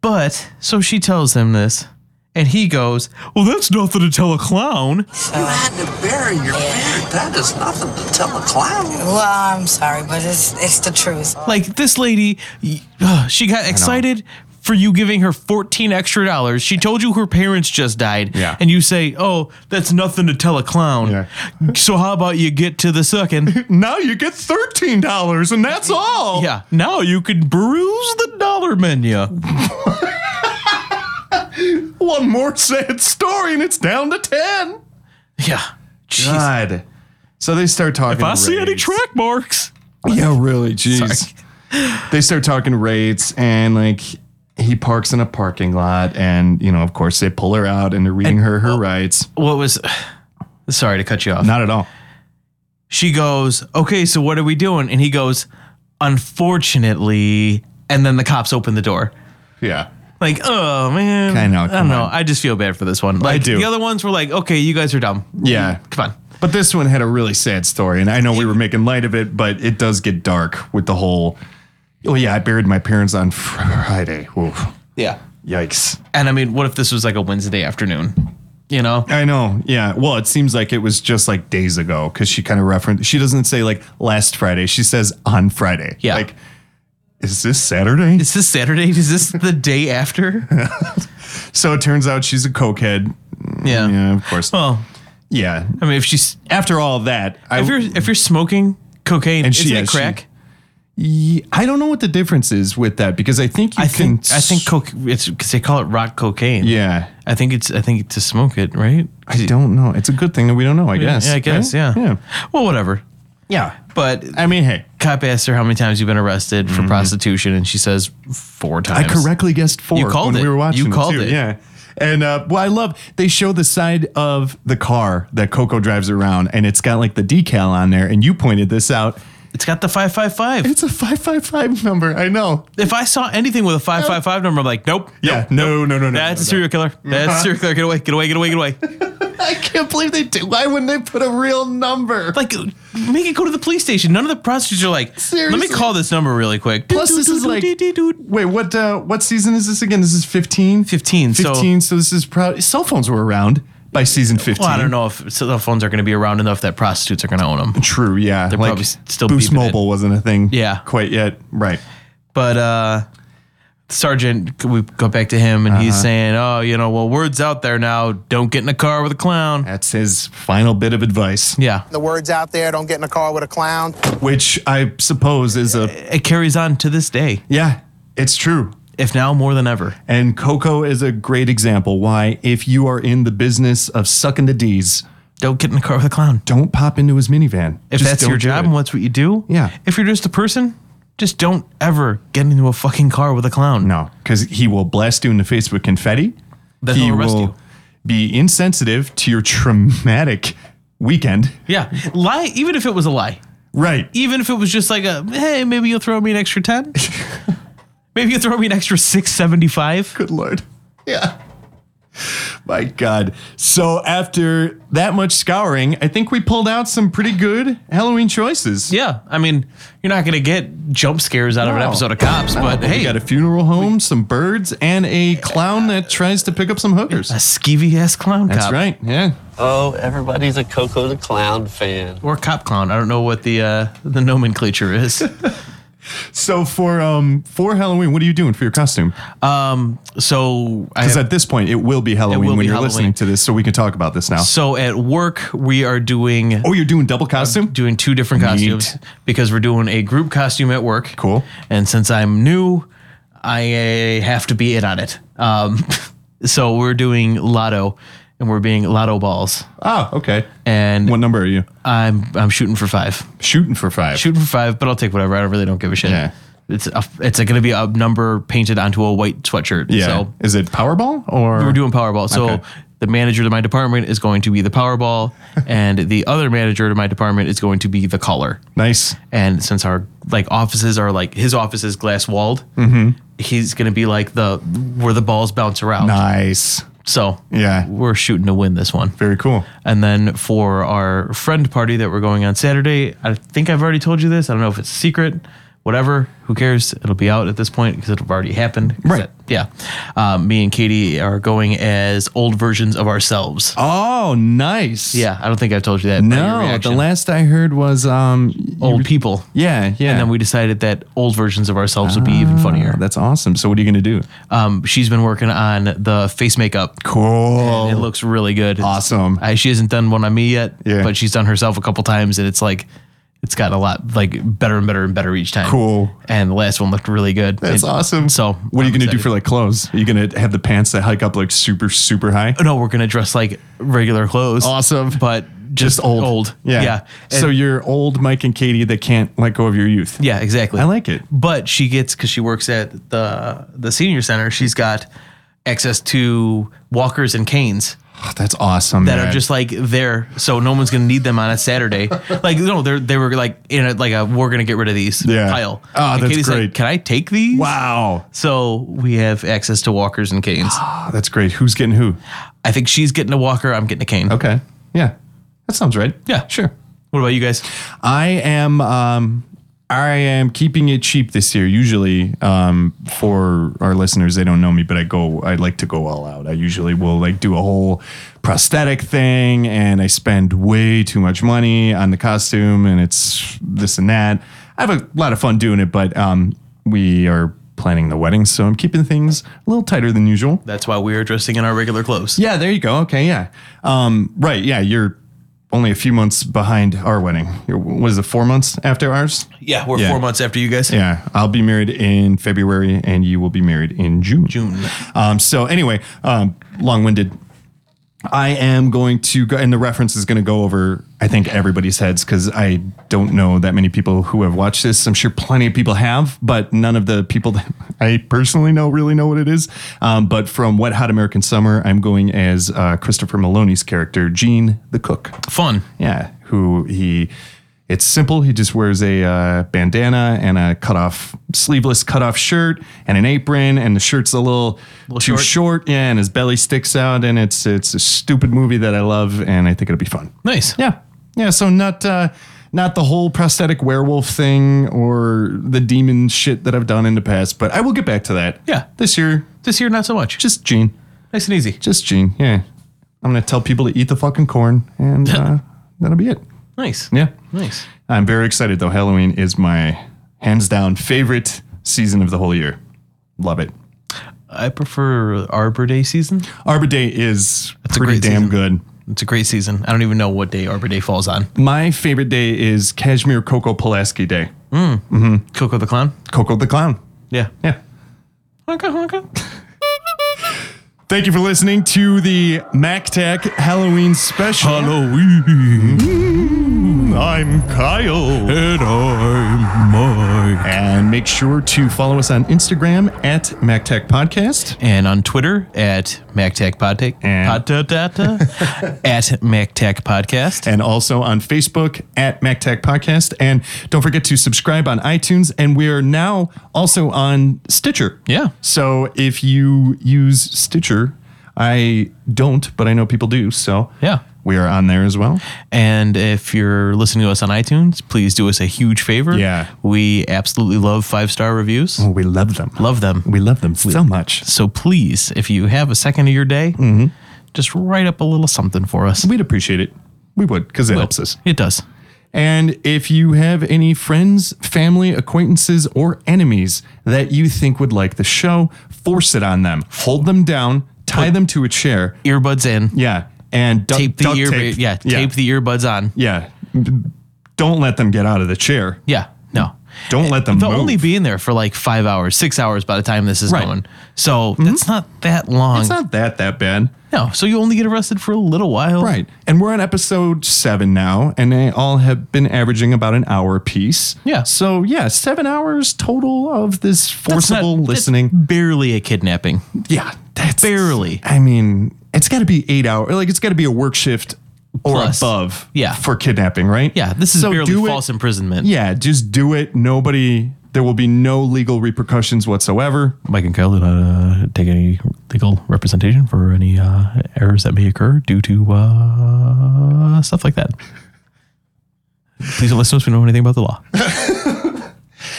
but so she tells him this, and he goes, "Well, that's nothing to tell a clown." You had to bury your parents. That is nothing to tell a clown. Well, I'm sorry, but it's it's the truth. Like this lady, y- ugh, she got excited for you giving her 14 extra dollars. She told you her parents just died. Yeah. And you say, oh, that's nothing to tell a clown. so how about you get to the sucking? now you get $13 and that's all. Yeah. Now you can bruise the dollar menu. One more sad story and it's down to 10. Yeah. God. So they start talking. If I see any rates. track marks. Yeah, really. Jeez. they start talking rates and like he parks in a parking lot and, you know, of course they pull her out and oh. they're reading her her rights. What was. Sorry to cut you off. Not at all. She goes, okay, so what are we doing? And he goes, unfortunately. And then the cops open the door. Yeah. Like, oh man, I know, I come don't know. I just feel bad for this one. Like, do. The other ones were like, okay, you guys are dumb. Yeah. Come on. But this one had a really sad story, and I know we were making light of it, but it does get dark with the whole. Oh yeah, I buried my parents on Friday. Oof. Yeah. Yikes. And I mean, what if this was like a Wednesday afternoon? You know? I know. Yeah. Well, it seems like it was just like days ago because she kind of referenced. She doesn't say like last Friday. She says on Friday. Yeah. Like, is this Saturday? Is this Saturday? Is this the day after? so it turns out she's a cokehead. Yeah. Yeah. Of course. Well. Yeah. I mean, if she's after all that, I, if you're if you're smoking cocaine, And and she- she, isn't yeah, it she- crack? Ye- I don't know what the difference is with that because I think you I can. think I think coke. It's because they call it rock cocaine. Yeah. I think it's I think to smoke it, right? I don't know. It's a good thing that we don't know. I guess. Yeah, I guess. right? Yeah. Yeah. Well, whatever. Yeah. But I mean, hey, cop asked her how many times you've been arrested for prostitution, and she says four Mm-hmm. I times. correctly guessed four. You called when it. We were watching. You called too. it. Yeah. And uh, well, I love they show the side of the car that Coco drives around, and it's got like the decal on there. And you pointed this out. It's got the five five five. It's a five five five number. I know. If I saw anything with a five five five number, I'm like, nope. Yeah. No. No. No. no That's a no, Uh-huh. serial killer. That's a serial killer. Get away. Get away. Get away. Get away. I can't believe they did. Why wouldn't they put a real number? Like, make it go to the police station. None of the prostitutes are like, let Seriously. me call this number really quick. Plus, this is like, wait, what? Uh, what season is this again? This is fifteen. Fifteen. so- Fifteen. So, this is probably cell phones were around by season fifteen. Well, I don't know if cell phones are going to be around enough that prostitutes are going to own them. True. Yeah. They're like, probably s- still Boost beeping it. Mobile wasn't a thing. Yeah. Quite yet. Right. But uh Sergeant, we go back to him, and Uh-huh. he's saying, "Oh, you know, well, word's out there now. Don't get in a car with a clown." That's his final bit of advice. Yeah, The word's out there, don't get in a car with a clown. which I suppose is a. It carries on to this day. Yeah, it's true. If now more than ever. And Coco is a great example why, if you are in the business of sucking the D's, don't get in the car with a clown. Don't pop into his minivan. if Just that's your don't do job it. and what's what you do, Yeah. If you're just a person, just don't ever get into a fucking car with a clown. No, because he will blast you in the face with confetti. Then he he'll arrest will you. be insensitive to your traumatic weekend. Yeah, lie. Even if it was a lie, right? Even if it was just like a, hey, maybe you'll throw me an extra ten. maybe you'll throw me an extra six seventy five. Good lord. Yeah. My God. So after that much scouring, I think we pulled out some pretty good Halloween choices. Yeah, I mean, you're not gonna get jump scares out of an No. episode of Cops, No, but hey, we got a funeral home, some birds, and a clown that tries to pick up some hookers. A skeevy ass clown. That's cop. right. Yeah. Oh, everybody's a Coco the Clown fan. or cop clown. I don't know what the uh, the nomenclature is. So for um for Halloween, what are you doing for your costume? Um, so because have- at this point it will be Halloween will when be you're Halloween. listening to this, so we can talk about this now. So at work, we are doing. Oh, you're doing double costume? doing two different costumes because we're doing a group costume at work. Cool. And since I'm new, I uh, have to be in on it. Um, so we're doing lotto, and we're being lotto balls. Oh, okay. And what number are you? I'm I'm shooting for five. Shooting for five. Shooting for five, but I'll take whatever. I don't really don't give a shit. Yeah. It's a, it's going to be a number painted onto a white sweatshirt. Yeah. So Is it Powerball or we're doing Powerball. So Okay. the manager to my department is going to be the Powerball, and the other manager to my department is going to be the caller. Nice. And since our like offices are like his office is glass walled, Mhm. he's going to be like the where the balls bounce around. Nice. So Yeah. we're shooting to win this one. Very cool. And then for our friend party that we're going on Saturday, I think I've already told you this. I don't know if it's a secret, whatever. Who cares? It'll be out at this point because it'll have already happened. Right. yeah. Um, me and Katie are going as old versions of ourselves. Oh, nice. Yeah. I don't think I've told you that. by your No, the reaction. last I heard was um old people. Yeah, yeah. Oh, And then we decided that old versions of ourselves would be even funnier. That's awesome. So what are you gonna do? Um, she's been working on the face makeup. Cool. And it looks really good. It's- Awesome. I, she hasn't done one on me yet, Yeah. but she's done herself a couple times, and it's like it's gotten a lot like better and better and better each time. Cool. And the last one looked really good. That's And awesome. So What are you I'm gonna do excited. for like clothes? Are you gonna have the pants that hike up like super, super high? No, we're gonna dress like regular clothes. Awesome. but just, old. Old. Yeah. Yeah. so And- you're old Mike and Katie that can't let go of your youth. Yeah, exactly. I like it. But she gets because she works at the the senior center. She's got access to walkers and canes Oh, that's awesome. that are man. just like there, so no one's gonna need them on a Saturday. like no, they they were like in a like a we're gonna get rid of these Yeah. pile. Ah, And that's Katie's great. Like, Can I take these? Wow. So we have access to walkers and canes. Oh, that's great. Who's getting who? I think she's getting a walker. I'm getting a cane. Okay. Yeah. That sounds right. Yeah. Sure. What about you guys? I am um I am keeping it cheap this year. Usually, um, for our listeners, they don't know me, but I go. I like to go all out. I usually will like do a whole prosthetic thing, and I spend way too much money on the costume, and it's this and that. I have a lot of fun doing it, but um, we are planning the wedding, so I'm keeping things a little tighter than usual. That's why we are dressing in our regular clothes. Yeah, there you go. Okay, yeah. Um, right, yeah, you're only a few months behind our wedding. You're, what is it, four months after ours? Yeah, we're Yeah. four months after you guys. Yeah, I'll be married in February and you will be married in June. June. Um, so, anyway, um, long winded. I am going to go, and the reference is going to go over, I think, everybody's heads because I don't know that many people who have watched this. I'm sure plenty of people have, but none of the people that I personally know really know what it is. Um, but from Wet Hot American Summer, I'm going as uh, Christopher Maloney's character, Gene the Cook. Fun. Yeah, who he It's simple. He just wears a uh, bandana and a cutoff sleeveless cutoff shirt and an apron, and the shirt's a little, too short. Yeah, and his belly sticks out, and it's it's a stupid movie that I love, and I think it'll be fun. Nice. Yeah. Yeah. So not uh, not the whole prosthetic werewolf thing or the demon shit that I've done in the past, but I will get back to that. Yeah. This year. This year, not so much. Just Gene. Nice and easy. Just Gene. Yeah. I'm gonna tell people to eat the fucking corn, and uh, that'll be it. Nice. Yeah. Nice. I'm very excited though. Halloween is my hands down favorite season of the whole year. Love it. I prefer Arbor Day season. Arbor Day is That's a pretty great damn season. good. It's a great season. I don't even know what day Arbor Day falls on. My favorite day is Cashmere Coco Pulaski Day. Mm. hmm Coco the Clown. Coco the Clown. Yeah. Yeah. Okay, okay. Thank you for listening to the MacTac Halloween special. Halloween. I'm Kyle. And I'm Mike. And make sure to follow us on Instagram at MacTac Podcast. And on Twitter at MacTech Podtech. Pod, da, da, da, at MacTech Podcast. And also on Facebook at MacTech Podcast. And don't forget to subscribe on iTunes. And we are now also on Stitcher. Yeah. So if you use Stitcher, I don't, but I know people do. So Yeah. we are on there as well. And if you're listening to us on iTunes, please do us a huge favor. Yeah. We absolutely love five star reviews. Oh, we love them. Love them. We love them so much. So please, if you have a second of your day, just write up a little something for us. We'd appreciate Mm-hmm. it. We would, because it helps us. It does. And if you have any friends, family, acquaintances, or enemies that you think would like the show, force it on them. Hold them down, tie them to a chair, earbuds in. Yeah, and du- tape the duct ear, tape. yeah, tape the earbuds on. Yeah, don't let them get out of the chair. Yeah, no, don't let them. They'll move. only be in there for like five hours, six hours by the time this is Right. Mm-hmm. going. So that's not that long. It's not that that bad. no, so you only get arrested for a little while. Right. And we're on episode seven now, and they all have been averaging about an hour apiece. Yeah. So yeah, seven hours total of this That's not- forcible that's listening. barely a kidnapping. Yeah, that's barely. I mean, it's got to be eight hours. Like it's got to be a work shift or Plus. above. Yeah. For kidnapping, right? Yeah, this is So barely do it- false imprisonment. Yeah, just do it. Nobody. There will be no legal repercussions whatsoever. Mike and Kyle do not uh, take any legal representation for any uh, errors that may occur due to uh, stuff like that. Please don't listen to us. We don't know anything about the law.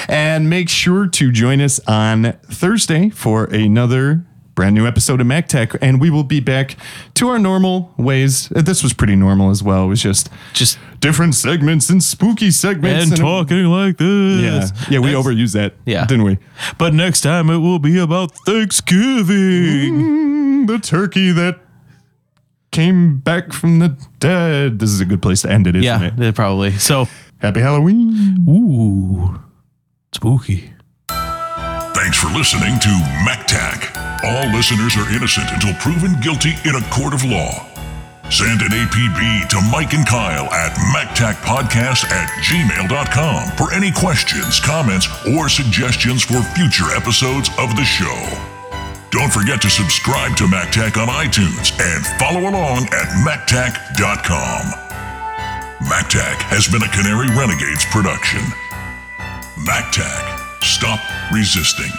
And make sure to join us on Thursday for another brand new episode of MacTech. And we will be back to our normal ways. This was pretty normal as well. It was just just different segments and spooky segments And talking like Yeah, this. yeah. We That's- overused that. Yeah. didn't we? But next time it will be about Thanksgiving. Mm, the turkey that came back from the dead. This is a good place to end it, isn't Yeah, it? yeah, probably. So happy Halloween. Ooh, spooky. Thanks for listening to MacTac. All listeners are innocent until proven guilty in a court of law. Send an APB to Mike and Kyle at MacTacPodcast at gmail.com for any questions, comments, or suggestions for future episodes of the show. Don't forget to subscribe to MacTac on iTunes and follow along at MacTac.com. MacTac has been a Canary Renegades production. MacTac. Stop resisting.